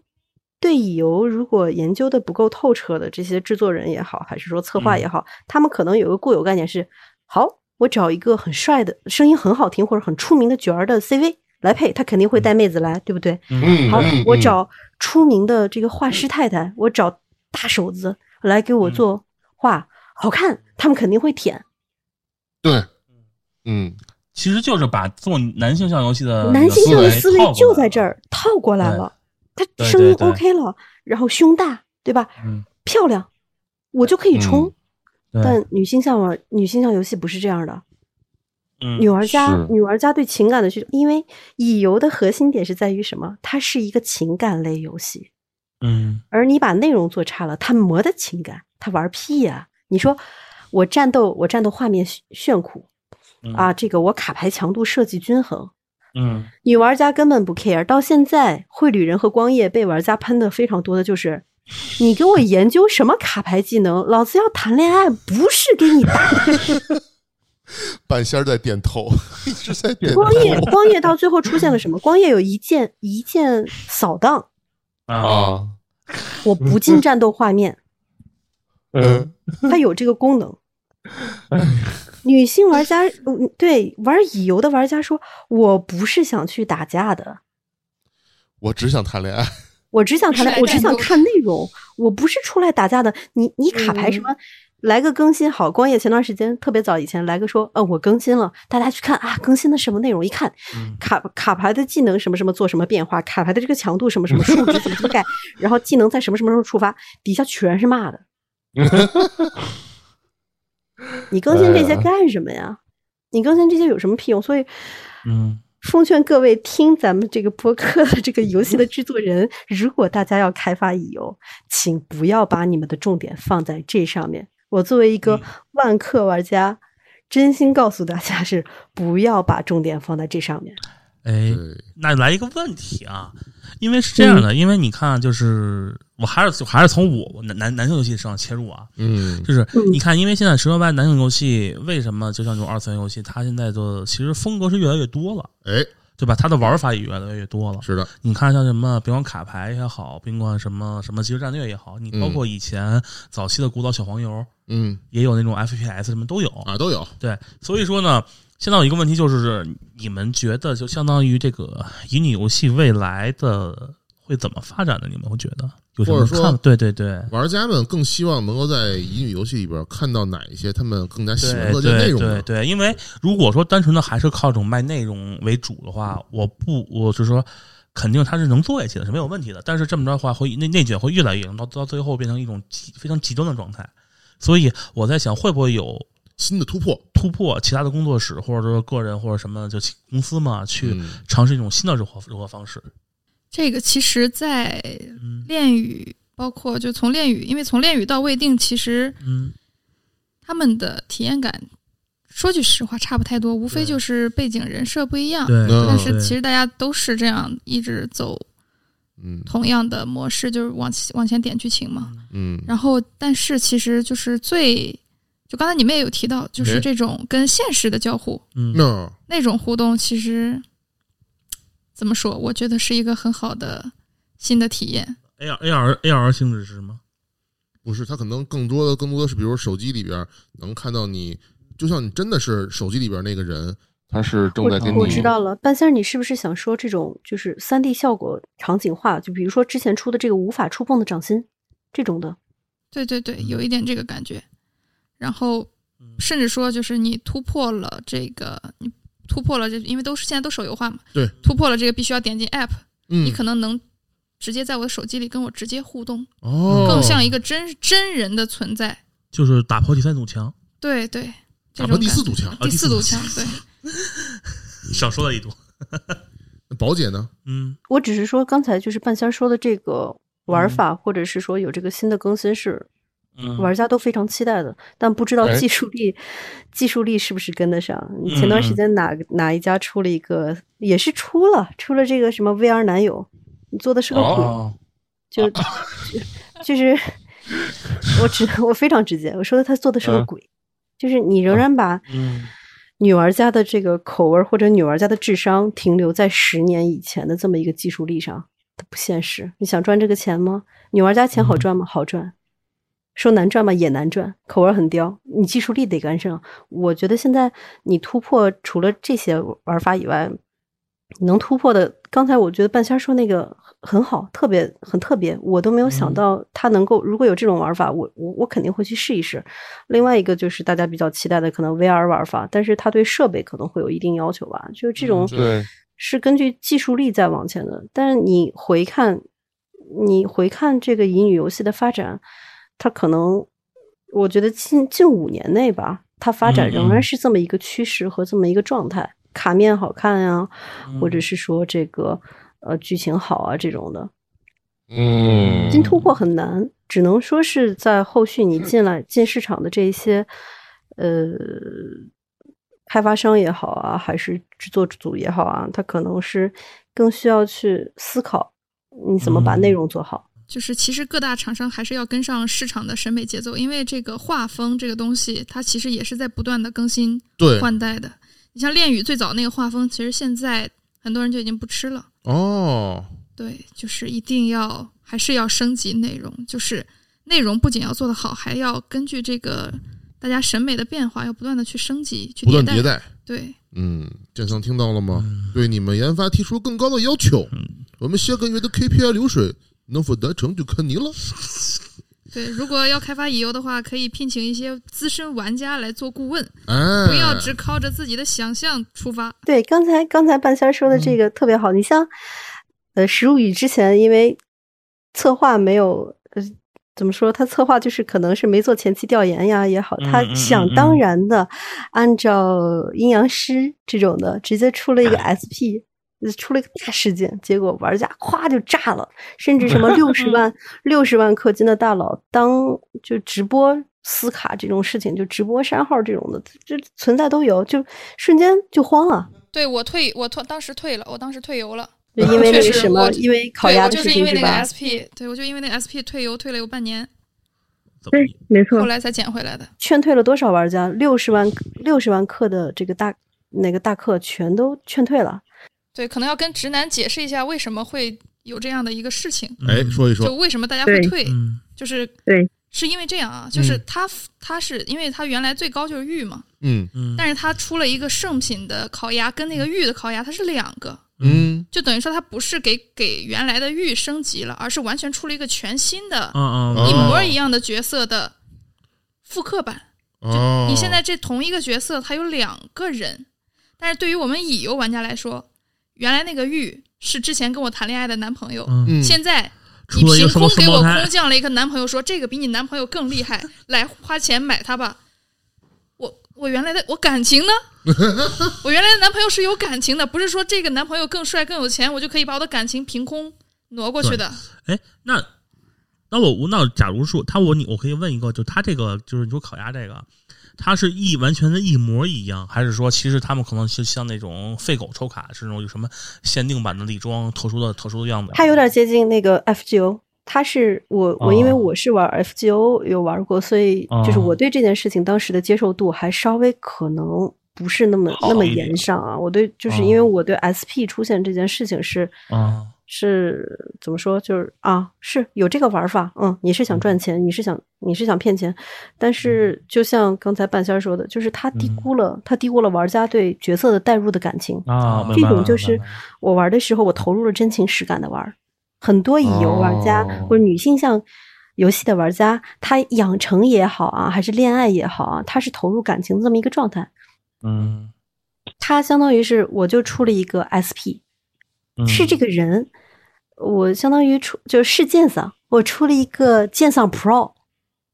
Speaker 2: 对乙游如果研究的不够透彻的这些制作人也好，还是说策划也好，他们可能有一个固有概念是：好，我找一个很帅的、声音很好听或者很出名的角儿的 CV 来配，他肯定会带妹子来，对不对？
Speaker 5: 嗯
Speaker 2: 好
Speaker 5: 嗯，
Speaker 2: 我
Speaker 5: 嗯
Speaker 2: 找出名的这个画师太太，我找大手子来给
Speaker 8: 嗯
Speaker 2: 我做画，好看，他们肯定会舔。
Speaker 5: 对，嗯，
Speaker 8: 其实就是把做男性向游戏的
Speaker 2: 男性
Speaker 8: 向
Speaker 2: 教育思维就在这儿套过来了，他
Speaker 8: 对
Speaker 2: 声音
Speaker 8: 对对
Speaker 2: OK 了，然后胸大，对吧？
Speaker 8: 嗯
Speaker 2: 漂亮，我就可以冲。
Speaker 8: 对
Speaker 2: 但女性向玩女性向游戏不是这样的，
Speaker 8: 嗯
Speaker 2: 女玩家
Speaker 5: 是
Speaker 2: 女玩家对情感的需求，因为乙游的核心点是在于什么？它是一个情感类游戏，
Speaker 8: 嗯
Speaker 2: 而你把内容做差了，他磨的情感，他玩屁呀、你说我战斗，我战斗画面炫炫酷
Speaker 8: 嗯
Speaker 2: 啊，这个我卡牌强度设计均衡，
Speaker 8: 嗯
Speaker 2: 女玩家根本不 care。到现在，绘旅人和光夜被玩家喷的非常多的就是，你给我研究什么卡牌技能，老子要谈恋爱，不是给你打。
Speaker 5: 半仙儿在点头， (laughs) 一直在点头。
Speaker 2: 光夜光夜到最后出现了什么？光夜有一键一键扫荡，
Speaker 8: 啊
Speaker 5: 啊，
Speaker 2: 我不进战斗画面。
Speaker 5: 嗯，
Speaker 2: 它有这个功能。女性玩家，嗯对玩乙游的玩家说，我不是想去打架的，
Speaker 5: 我只想谈恋爱。
Speaker 2: 我只想谈恋爱，我
Speaker 1: 我是
Speaker 2: 只
Speaker 1: 来战斗
Speaker 2: 想看内容，我不是出来打架的。你你卡牌什么？来个更新好，光夜前段时间特别早以前来个说，嗯，我更新了，大家去看啊，更新的什么内容？一看
Speaker 8: 嗯
Speaker 2: 卡卡牌的技能什么什么做什么变化，卡牌的这个强度什么什么数值怎么怎么改，然后技能在什么什么时候触发，底下全是骂的。你更新这些干什么呀？你更新这些有什么屁用？所以
Speaker 8: 嗯
Speaker 2: 奉劝各位听咱们这个播客的这个游戏的制作人， (laughs) 如果大家要开发乙游，请不要把你们的重点放在这上面。我作为一个万氪玩家，真心告诉大家是不要把重点放在这上面。
Speaker 8: 哎，
Speaker 5: 对，
Speaker 8: 那来一个问题啊，因为是这样的，因为你看啊，就是我还是我还是从我我男男男性游戏上切入啊，
Speaker 5: 嗯，
Speaker 8: 就是
Speaker 2: 嗯
Speaker 8: 你看，因为现在十六外男性游戏为什么就像这种二次元游戏，它现在的其实风格是越来越多了，
Speaker 5: 哎，
Speaker 8: 对吧？它的玩法也越来越多了。
Speaker 5: 是的，
Speaker 8: 你看像什么，甭管卡牌也好，甭管什么什么即时战略也好，你包括以前早期的古早小黄油，
Speaker 5: 嗯
Speaker 8: 也有那种 FPS 什么都有。
Speaker 5: 啊，都有，
Speaker 8: 对，所以说呢，现在有一个问题就是，你们觉得就相当于这个乙女游戏未来的会怎么发展呢？你们会觉得有什
Speaker 5: 或
Speaker 8: 么
Speaker 5: 者说
Speaker 8: 看法？对对对，
Speaker 5: 玩家们更希望能够在乙女游戏里边看到哪一些他们更加喜
Speaker 8: 对
Speaker 5: 欢的这个内容
Speaker 8: 对对
Speaker 5: 呢？
Speaker 8: 对，因为如果说单纯的还是靠这种卖内容为主的话，我不，我是说，肯定它是能做下去的，是没有问题的。但是这么着的话，会内内卷会越来越严重，到到最后变成一种极非常极端的状态。所以我在想，会不会有
Speaker 5: 新的突破，
Speaker 8: 突破其他的工作室，或者说个人或者什么就其公司嘛，去
Speaker 5: 嗯
Speaker 8: 尝试一种新的生活生活方式？
Speaker 1: (laughs) 这个其实，在
Speaker 8: 嗯
Speaker 1: 恋语，包括就从恋语，因为从恋语到未定，其实
Speaker 8: 嗯，
Speaker 1: 他们的体验感，说句实话，差不太多，无非就是背景人设不一样。
Speaker 8: 对
Speaker 5: 嗯
Speaker 1: 但是其实大家都是这样一直走
Speaker 5: 嗯
Speaker 1: 同样的模式，就是往往前点剧情嘛。
Speaker 5: 嗯，
Speaker 1: 然后，但是其实就是最，就刚才你们也有提到，就是
Speaker 5: 哎
Speaker 1: 这种跟现实的交互，
Speaker 8: 嗯，
Speaker 5: 那
Speaker 1: 那种互动，其实怎么说？我觉得是一个很好的新的体验。
Speaker 8: A R A R A R 性质是什么？
Speaker 5: 不是，它可能更多的、更多的是，比如手机里边能看到你，就像你真的是手机里边那个人，他是正在给你
Speaker 2: 我知道了，半仙儿，你是不是想说这种就是三 D 效果场景化？就比如说之前出的这个无法触碰的掌心这种的，
Speaker 1: 对对对，
Speaker 8: 嗯
Speaker 1: 有一点这个感觉。然后，
Speaker 5: 嗯
Speaker 1: 甚至说就是你突破了这个，你突破了这，因为都是现在都手游化嘛，
Speaker 5: 对，
Speaker 1: 突破了这个必须要点进 App，、
Speaker 5: 嗯
Speaker 1: 你可能能直接在我的手机里跟我直接互动，
Speaker 5: 哦，
Speaker 1: 更像一个真真人的存在。
Speaker 8: 就是打破第三堵墙，
Speaker 1: 对对，这种
Speaker 5: 打破第
Speaker 1: 感
Speaker 5: 四
Speaker 1: 觉
Speaker 5: 堵墙。
Speaker 8: 啊
Speaker 1: 哦第
Speaker 8: 第
Speaker 1: 四
Speaker 8: 四
Speaker 1: 堵 (laughs)
Speaker 8: 堵
Speaker 1: 墙，对。
Speaker 5: 嗯
Speaker 8: 少说了一堵。
Speaker 5: 那宝姐呢？
Speaker 8: 嗯，
Speaker 2: 我只是说刚才就是半仙儿说的这个玩法，或者是说有这个新的更新是
Speaker 8: 嗯
Speaker 2: 玩家都非常期待的，但不知道
Speaker 5: 哎
Speaker 2: 技术力技术力是不是跟得上。你前段时间哪哪一家出了一个，也是出了出了这个什么 VR 男友，你做的是个鬼，
Speaker 9: 哦，
Speaker 2: 就就就是 (laughs) 我直我非常直接，我说他做的是个
Speaker 9: 嗯
Speaker 2: 鬼，就是你仍然把
Speaker 9: 嗯
Speaker 2: 女玩家的这个口味儿或者女玩家的智商停留在十年以前的这么一个技术力上，它不现实。你想赚这个钱吗？女玩家钱好赚吗？好赚。说难赚吧，也难赚，口味儿很刁，你技术力得跟上。我觉得现在你突破除了这些玩法以外，你能突破的，刚才我觉得半仙儿说那个很好，特别很特别，我都没有想到他能够，如果有这种玩法，我我我肯定会去试一试。另外一个就是大家比较期待的可能 VR 玩法，但是它对设备可能会有一定要求吧，就是
Speaker 8: 嗯
Speaker 2: 这种
Speaker 9: 对，
Speaker 2: 是根据技术力在往前的。但是你回看，你回看这个乙女游戏的发展，它可能我觉得近近五年内吧，它发展仍
Speaker 8: 嗯嗯
Speaker 2: 然是这么一个趋势和这么一个状态，卡面好看呀、或者
Speaker 8: 嗯
Speaker 2: 是说这个呃剧情好啊这种的。
Speaker 9: 嗯
Speaker 2: 新突破很难，只能说是在后续你进来进市场的这一些呃开发商也好啊，还是制作组也好啊，他可能是更需要去思考你怎么把内容做好。
Speaker 1: 就是其实各大厂商还是要跟上市场的审美节奏，因为这个画风这个东西，它其实也是在不断的更新
Speaker 5: 对，
Speaker 1: 换代的。你像恋语最早那个画风，其实现在很多人就已经不吃了。
Speaker 5: 哦，
Speaker 1: 对，就是一定要还是要升级内容，就是内容不仅要做得好，还要根据这个大家审美的变化，要不断的去升级、去
Speaker 5: 不断
Speaker 1: 代。嗯
Speaker 5: 迭代。
Speaker 1: 对，
Speaker 5: 嗯，建仓听到了吗？对你们研发提出更高的要求，
Speaker 1: 嗯
Speaker 5: 我们下个月的 KPI 流水能否达成就看您了。
Speaker 1: 对，如果要开发乙游的话，可以聘请一些资深玩家来做顾问，
Speaker 2: 嗯
Speaker 5: 哎，
Speaker 1: 不要只靠着自己的想象出发。
Speaker 2: 对，刚才刚才半仙儿说的
Speaker 8: 嗯
Speaker 2: 这个特别好，你像呃《食物语》之前因为策划没有呃怎么说？他策划就是可能是没做前期调研呀也好，
Speaker 8: 嗯
Speaker 2: 他
Speaker 8: 嗯
Speaker 2: 想
Speaker 8: 嗯
Speaker 2: 当
Speaker 8: 嗯
Speaker 2: 然的按照阴阳师这种的，直接出了一个
Speaker 8: 哎
Speaker 2: SP，呃出了一个大事件，结果玩家咵就炸了，甚至什么六
Speaker 8: (laughs)
Speaker 2: 十万、六十万氪金的大佬当就直播撕卡这种事情，就直播删号这种的，这这存在都有，就瞬间就慌了，
Speaker 1: 对我退，我退，当时退了，我当时退游了。
Speaker 2: 就因为那
Speaker 1: 确
Speaker 2: 个
Speaker 1: 实
Speaker 2: 什
Speaker 1: 我
Speaker 2: 么，
Speaker 1: 就
Speaker 2: 因为烤
Speaker 1: 对
Speaker 2: 鸭
Speaker 1: 我
Speaker 2: 的
Speaker 1: 就
Speaker 2: 事
Speaker 1: 是因
Speaker 2: 情
Speaker 1: 为那个
Speaker 2: 吧？
Speaker 1: SP，对我就因为那个 SP 退游退了有半年，
Speaker 8: 怎么
Speaker 2: 对，没错
Speaker 1: 后。来才捡回来的。
Speaker 2: 劝退了多少玩家？六十万六十万克的这个大那个大课全都劝退了。
Speaker 1: 对，可能要跟直男解释一下为什么会有这样的一个事情，
Speaker 5: 哎，说一
Speaker 1: 就
Speaker 5: 说，
Speaker 1: 为什么大家会
Speaker 2: 对
Speaker 1: 退，
Speaker 8: 嗯
Speaker 1: 就是
Speaker 2: 对，
Speaker 1: 是因为这样啊，就是
Speaker 5: 嗯
Speaker 1: 他他是因为他原来最高就是玉嘛，
Speaker 5: 嗯
Speaker 8: 嗯
Speaker 1: 但是他出了一个圣品的烤鸭跟那个玉的烤鸭，它是两个，
Speaker 5: 嗯
Speaker 1: 就等于说它不是给给原来的玉升级了，而是完全出了一个全新的、
Speaker 8: 嗯
Speaker 5: 哦
Speaker 1: 一
Speaker 8: 嗯
Speaker 1: 模一样的角色的复刻版。
Speaker 5: 哦，
Speaker 1: 你现在这同一个角色，它有两个人，但是对于我们乙游玩家来说，原来那个玉是之前跟我谈恋爱的男朋友，
Speaker 8: 嗯，
Speaker 5: 嗯
Speaker 1: 现在你
Speaker 8: 出了一
Speaker 1: 凭
Speaker 8: 个双
Speaker 1: 空
Speaker 8: 双
Speaker 1: 给我
Speaker 8: 胞胎
Speaker 1: 空降了一个男朋友说，这个比你男朋友更厉
Speaker 5: (laughs)
Speaker 1: 害，来花钱买它吧。我我原来的我感
Speaker 5: (laughs)
Speaker 1: 情呢？我原来的男朋友是有感情的，不是说这个男朋友更帅更有钱，我就可以把我的感情凭空挪过去的。
Speaker 8: 哎，那那我那假如说他我你我可以问一个，就他这个就是你说烤鸭这个，它是一完全的一模一样，还是说其实他们可能就像那种废狗抽卡是那种有什么限定版的礼装特殊的特殊的样子？
Speaker 2: 它有点接近那个 FGO，它是我我
Speaker 8: 哦
Speaker 2: 因为我是玩 FGO 有玩过，所以就是我对这件事情当时的接受度还稍微可能不是那么
Speaker 8: 好
Speaker 2: 那么
Speaker 8: 一点哦
Speaker 2: 严上啊。我对就是因为我对 SP 出现这件事情是
Speaker 8: 啊，
Speaker 2: 是怎么说？就是啊，是有这个玩法，嗯，你是想赚钱，你是想你是想骗钱，但是
Speaker 8: 嗯
Speaker 2: 就像刚才半仙儿说的，就是他低估了、他低估了玩家对角色的代入的感情。
Speaker 8: 啊，
Speaker 2: 这种就是我玩的时候，我投入了真情实感的玩儿。很多乙游玩家、
Speaker 5: 哦
Speaker 2: 或者女性向游戏的玩家，他养成也好啊，还是恋爱也好啊，他是投入感情的这么一个状态。
Speaker 8: 嗯，
Speaker 2: 他相当于是我就出了一个 SP，是
Speaker 8: 嗯
Speaker 2: 这个人，我相当于出就是是剑桑，我出了一个剑桑
Speaker 8: (laughs)
Speaker 2: Pro。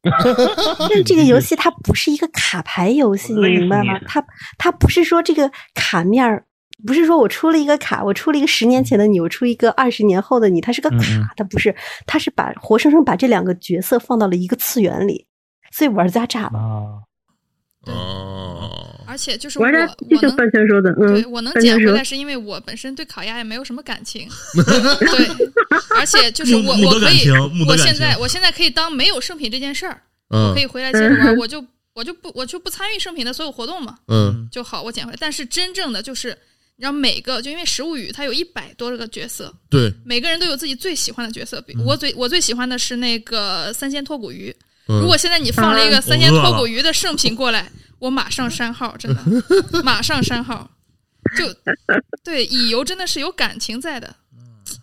Speaker 2: 但这个游戏它不是一个卡牌游戏，你
Speaker 9: 累
Speaker 2: 明白
Speaker 9: 死你
Speaker 2: 吗？它它不是说这个卡面儿，不是说我出了一个卡，我出了一个十年前的你，我出一个二十年后的你，它是个卡
Speaker 8: 嗯嗯，
Speaker 2: 它不是，它是把活生生把这两个角色放到了一个次元里，所以玩家炸了。
Speaker 8: 啊，
Speaker 5: 哦，
Speaker 1: 而且就是我我能
Speaker 2: 仙说的，
Speaker 1: 对，我能
Speaker 2: 但
Speaker 1: 捡
Speaker 2: 是
Speaker 1: 回
Speaker 2: 说
Speaker 1: 来是因为我本身对烤鸭也没有什么感
Speaker 8: (laughs)
Speaker 1: 情，对，而且就是
Speaker 8: 木
Speaker 1: 我
Speaker 8: 木
Speaker 1: 我
Speaker 8: 德
Speaker 1: 可
Speaker 8: 感
Speaker 1: 以
Speaker 8: 情木，德
Speaker 1: 我
Speaker 8: 感
Speaker 1: 现在
Speaker 8: 情
Speaker 1: 我现在可以当没有圣品这件事儿，
Speaker 5: 嗯
Speaker 1: 可以回来接着玩，我就我就不我就不参与圣品的所有活动嘛，
Speaker 5: 嗯
Speaker 1: 就好，我捡回来。但是真正的就是，你知道每个就因为食物语它有一百多个角色，
Speaker 5: 对，
Speaker 1: 每个人都有自己最喜欢的角色，比
Speaker 8: 嗯
Speaker 1: 我最我最喜欢的是那个三鲜脱骨鱼，
Speaker 5: 嗯
Speaker 1: 如果现在你放了一个三鲜
Speaker 8: 啊我饿了
Speaker 1: 脱骨鱼的圣品过来，我马上删号，真
Speaker 8: (laughs)
Speaker 1: 的，马上删号。就对乙游真的是有感情在的，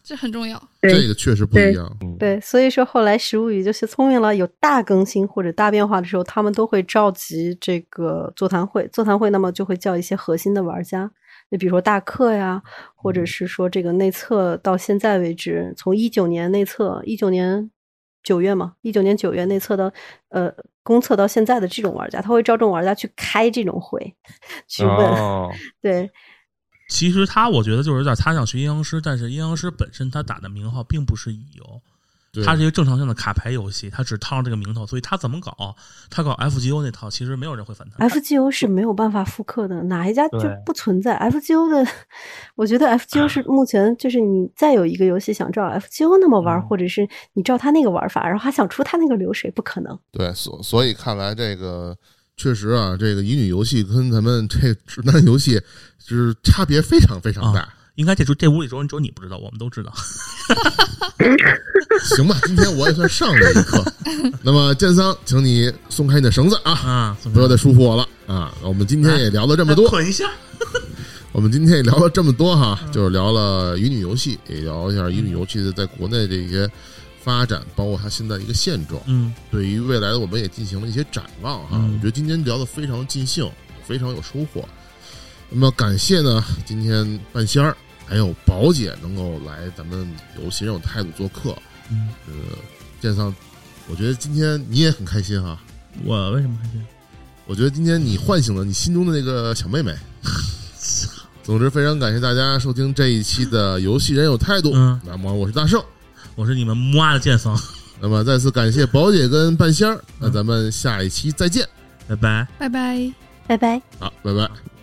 Speaker 1: 这很重要。
Speaker 5: 嗯这个确实不一样，
Speaker 2: 对，所以说后来食物语就学聪明了，有大更新或者大变化的时候，他们都会召集这个座谈会。座谈会那么就会叫一些核心的玩家，就比如说大课呀，或者是说这个内测到现在为止，从一九年内测，一九年九月嘛，一九年九月内测到呃公测到现在的这种玩家，他会招这种玩家去开这种会， (laughs) 去问、
Speaker 9: 哦，
Speaker 2: 对
Speaker 8: 其实他我觉得就是有点他想学阴阳师，但是阴阳师本身他打的名号并不是乙游，
Speaker 5: 对
Speaker 8: 它是一个正常性的卡牌游戏，它只套上这个名头，所以它怎么搞，它搞 FGO 那套，其实没有人会反弹。
Speaker 2: FGO 是没有办法复刻的，哪一家就
Speaker 8: 对
Speaker 2: 不存在 FGO 的。我觉得 FGO
Speaker 8: (laughs)
Speaker 2: 是目前就是你再有一个游戏想照 FGO 那么玩，
Speaker 8: 嗯
Speaker 2: 或者是你照他那个玩法，然后还想出他那个流水，不可能。
Speaker 5: 对，所所以看来这个确实啊，这个乙女游戏跟咱们这直男游戏就是差别非常非
Speaker 1: 啊
Speaker 5: 常大。
Speaker 8: 应该这这这屋里只有只有你不知道，我们都知道。
Speaker 5: (laughs) 行吧，今天我也算上了一课。那么建桑，请你松开你的绳子啊，
Speaker 8: 啊，
Speaker 5: 不要再束缚我了啊！我们今天也聊了这么多，
Speaker 8: 捆一下。
Speaker 5: 我们今天也聊了这么多哈，就是聊了乙女游戏，也聊一下乙女游戏的在国内这些发展，包括它现在一个现状。
Speaker 8: 嗯，
Speaker 5: 对于未来的我们也进行了一些展望哈。
Speaker 8: 嗯
Speaker 5: 我觉得今天聊得非常尽兴，非常有收获。那么感谢呢，今天半仙儿还有宝姐能够来咱们游戏人有态度做客，
Speaker 8: 嗯
Speaker 5: 呃，建桑我觉得今天你也很开心哈、
Speaker 8: 我为什么开心？
Speaker 5: 我觉得今天你唤醒了你心中的那个小
Speaker 8: (laughs)
Speaker 5: 妹妹。总之，非常感谢大家收听这一期的《游戏人有态度》。
Speaker 8: 嗯
Speaker 5: 那么我是大圣，
Speaker 8: 我是你们木啊的剑锋，
Speaker 5: 那么再次感谢宝姐跟
Speaker 8: 嗯
Speaker 5: 半仙儿，那咱们下一期再见。
Speaker 8: 拜拜。
Speaker 1: 拜拜。
Speaker 2: 拜拜。
Speaker 5: 好，拜拜。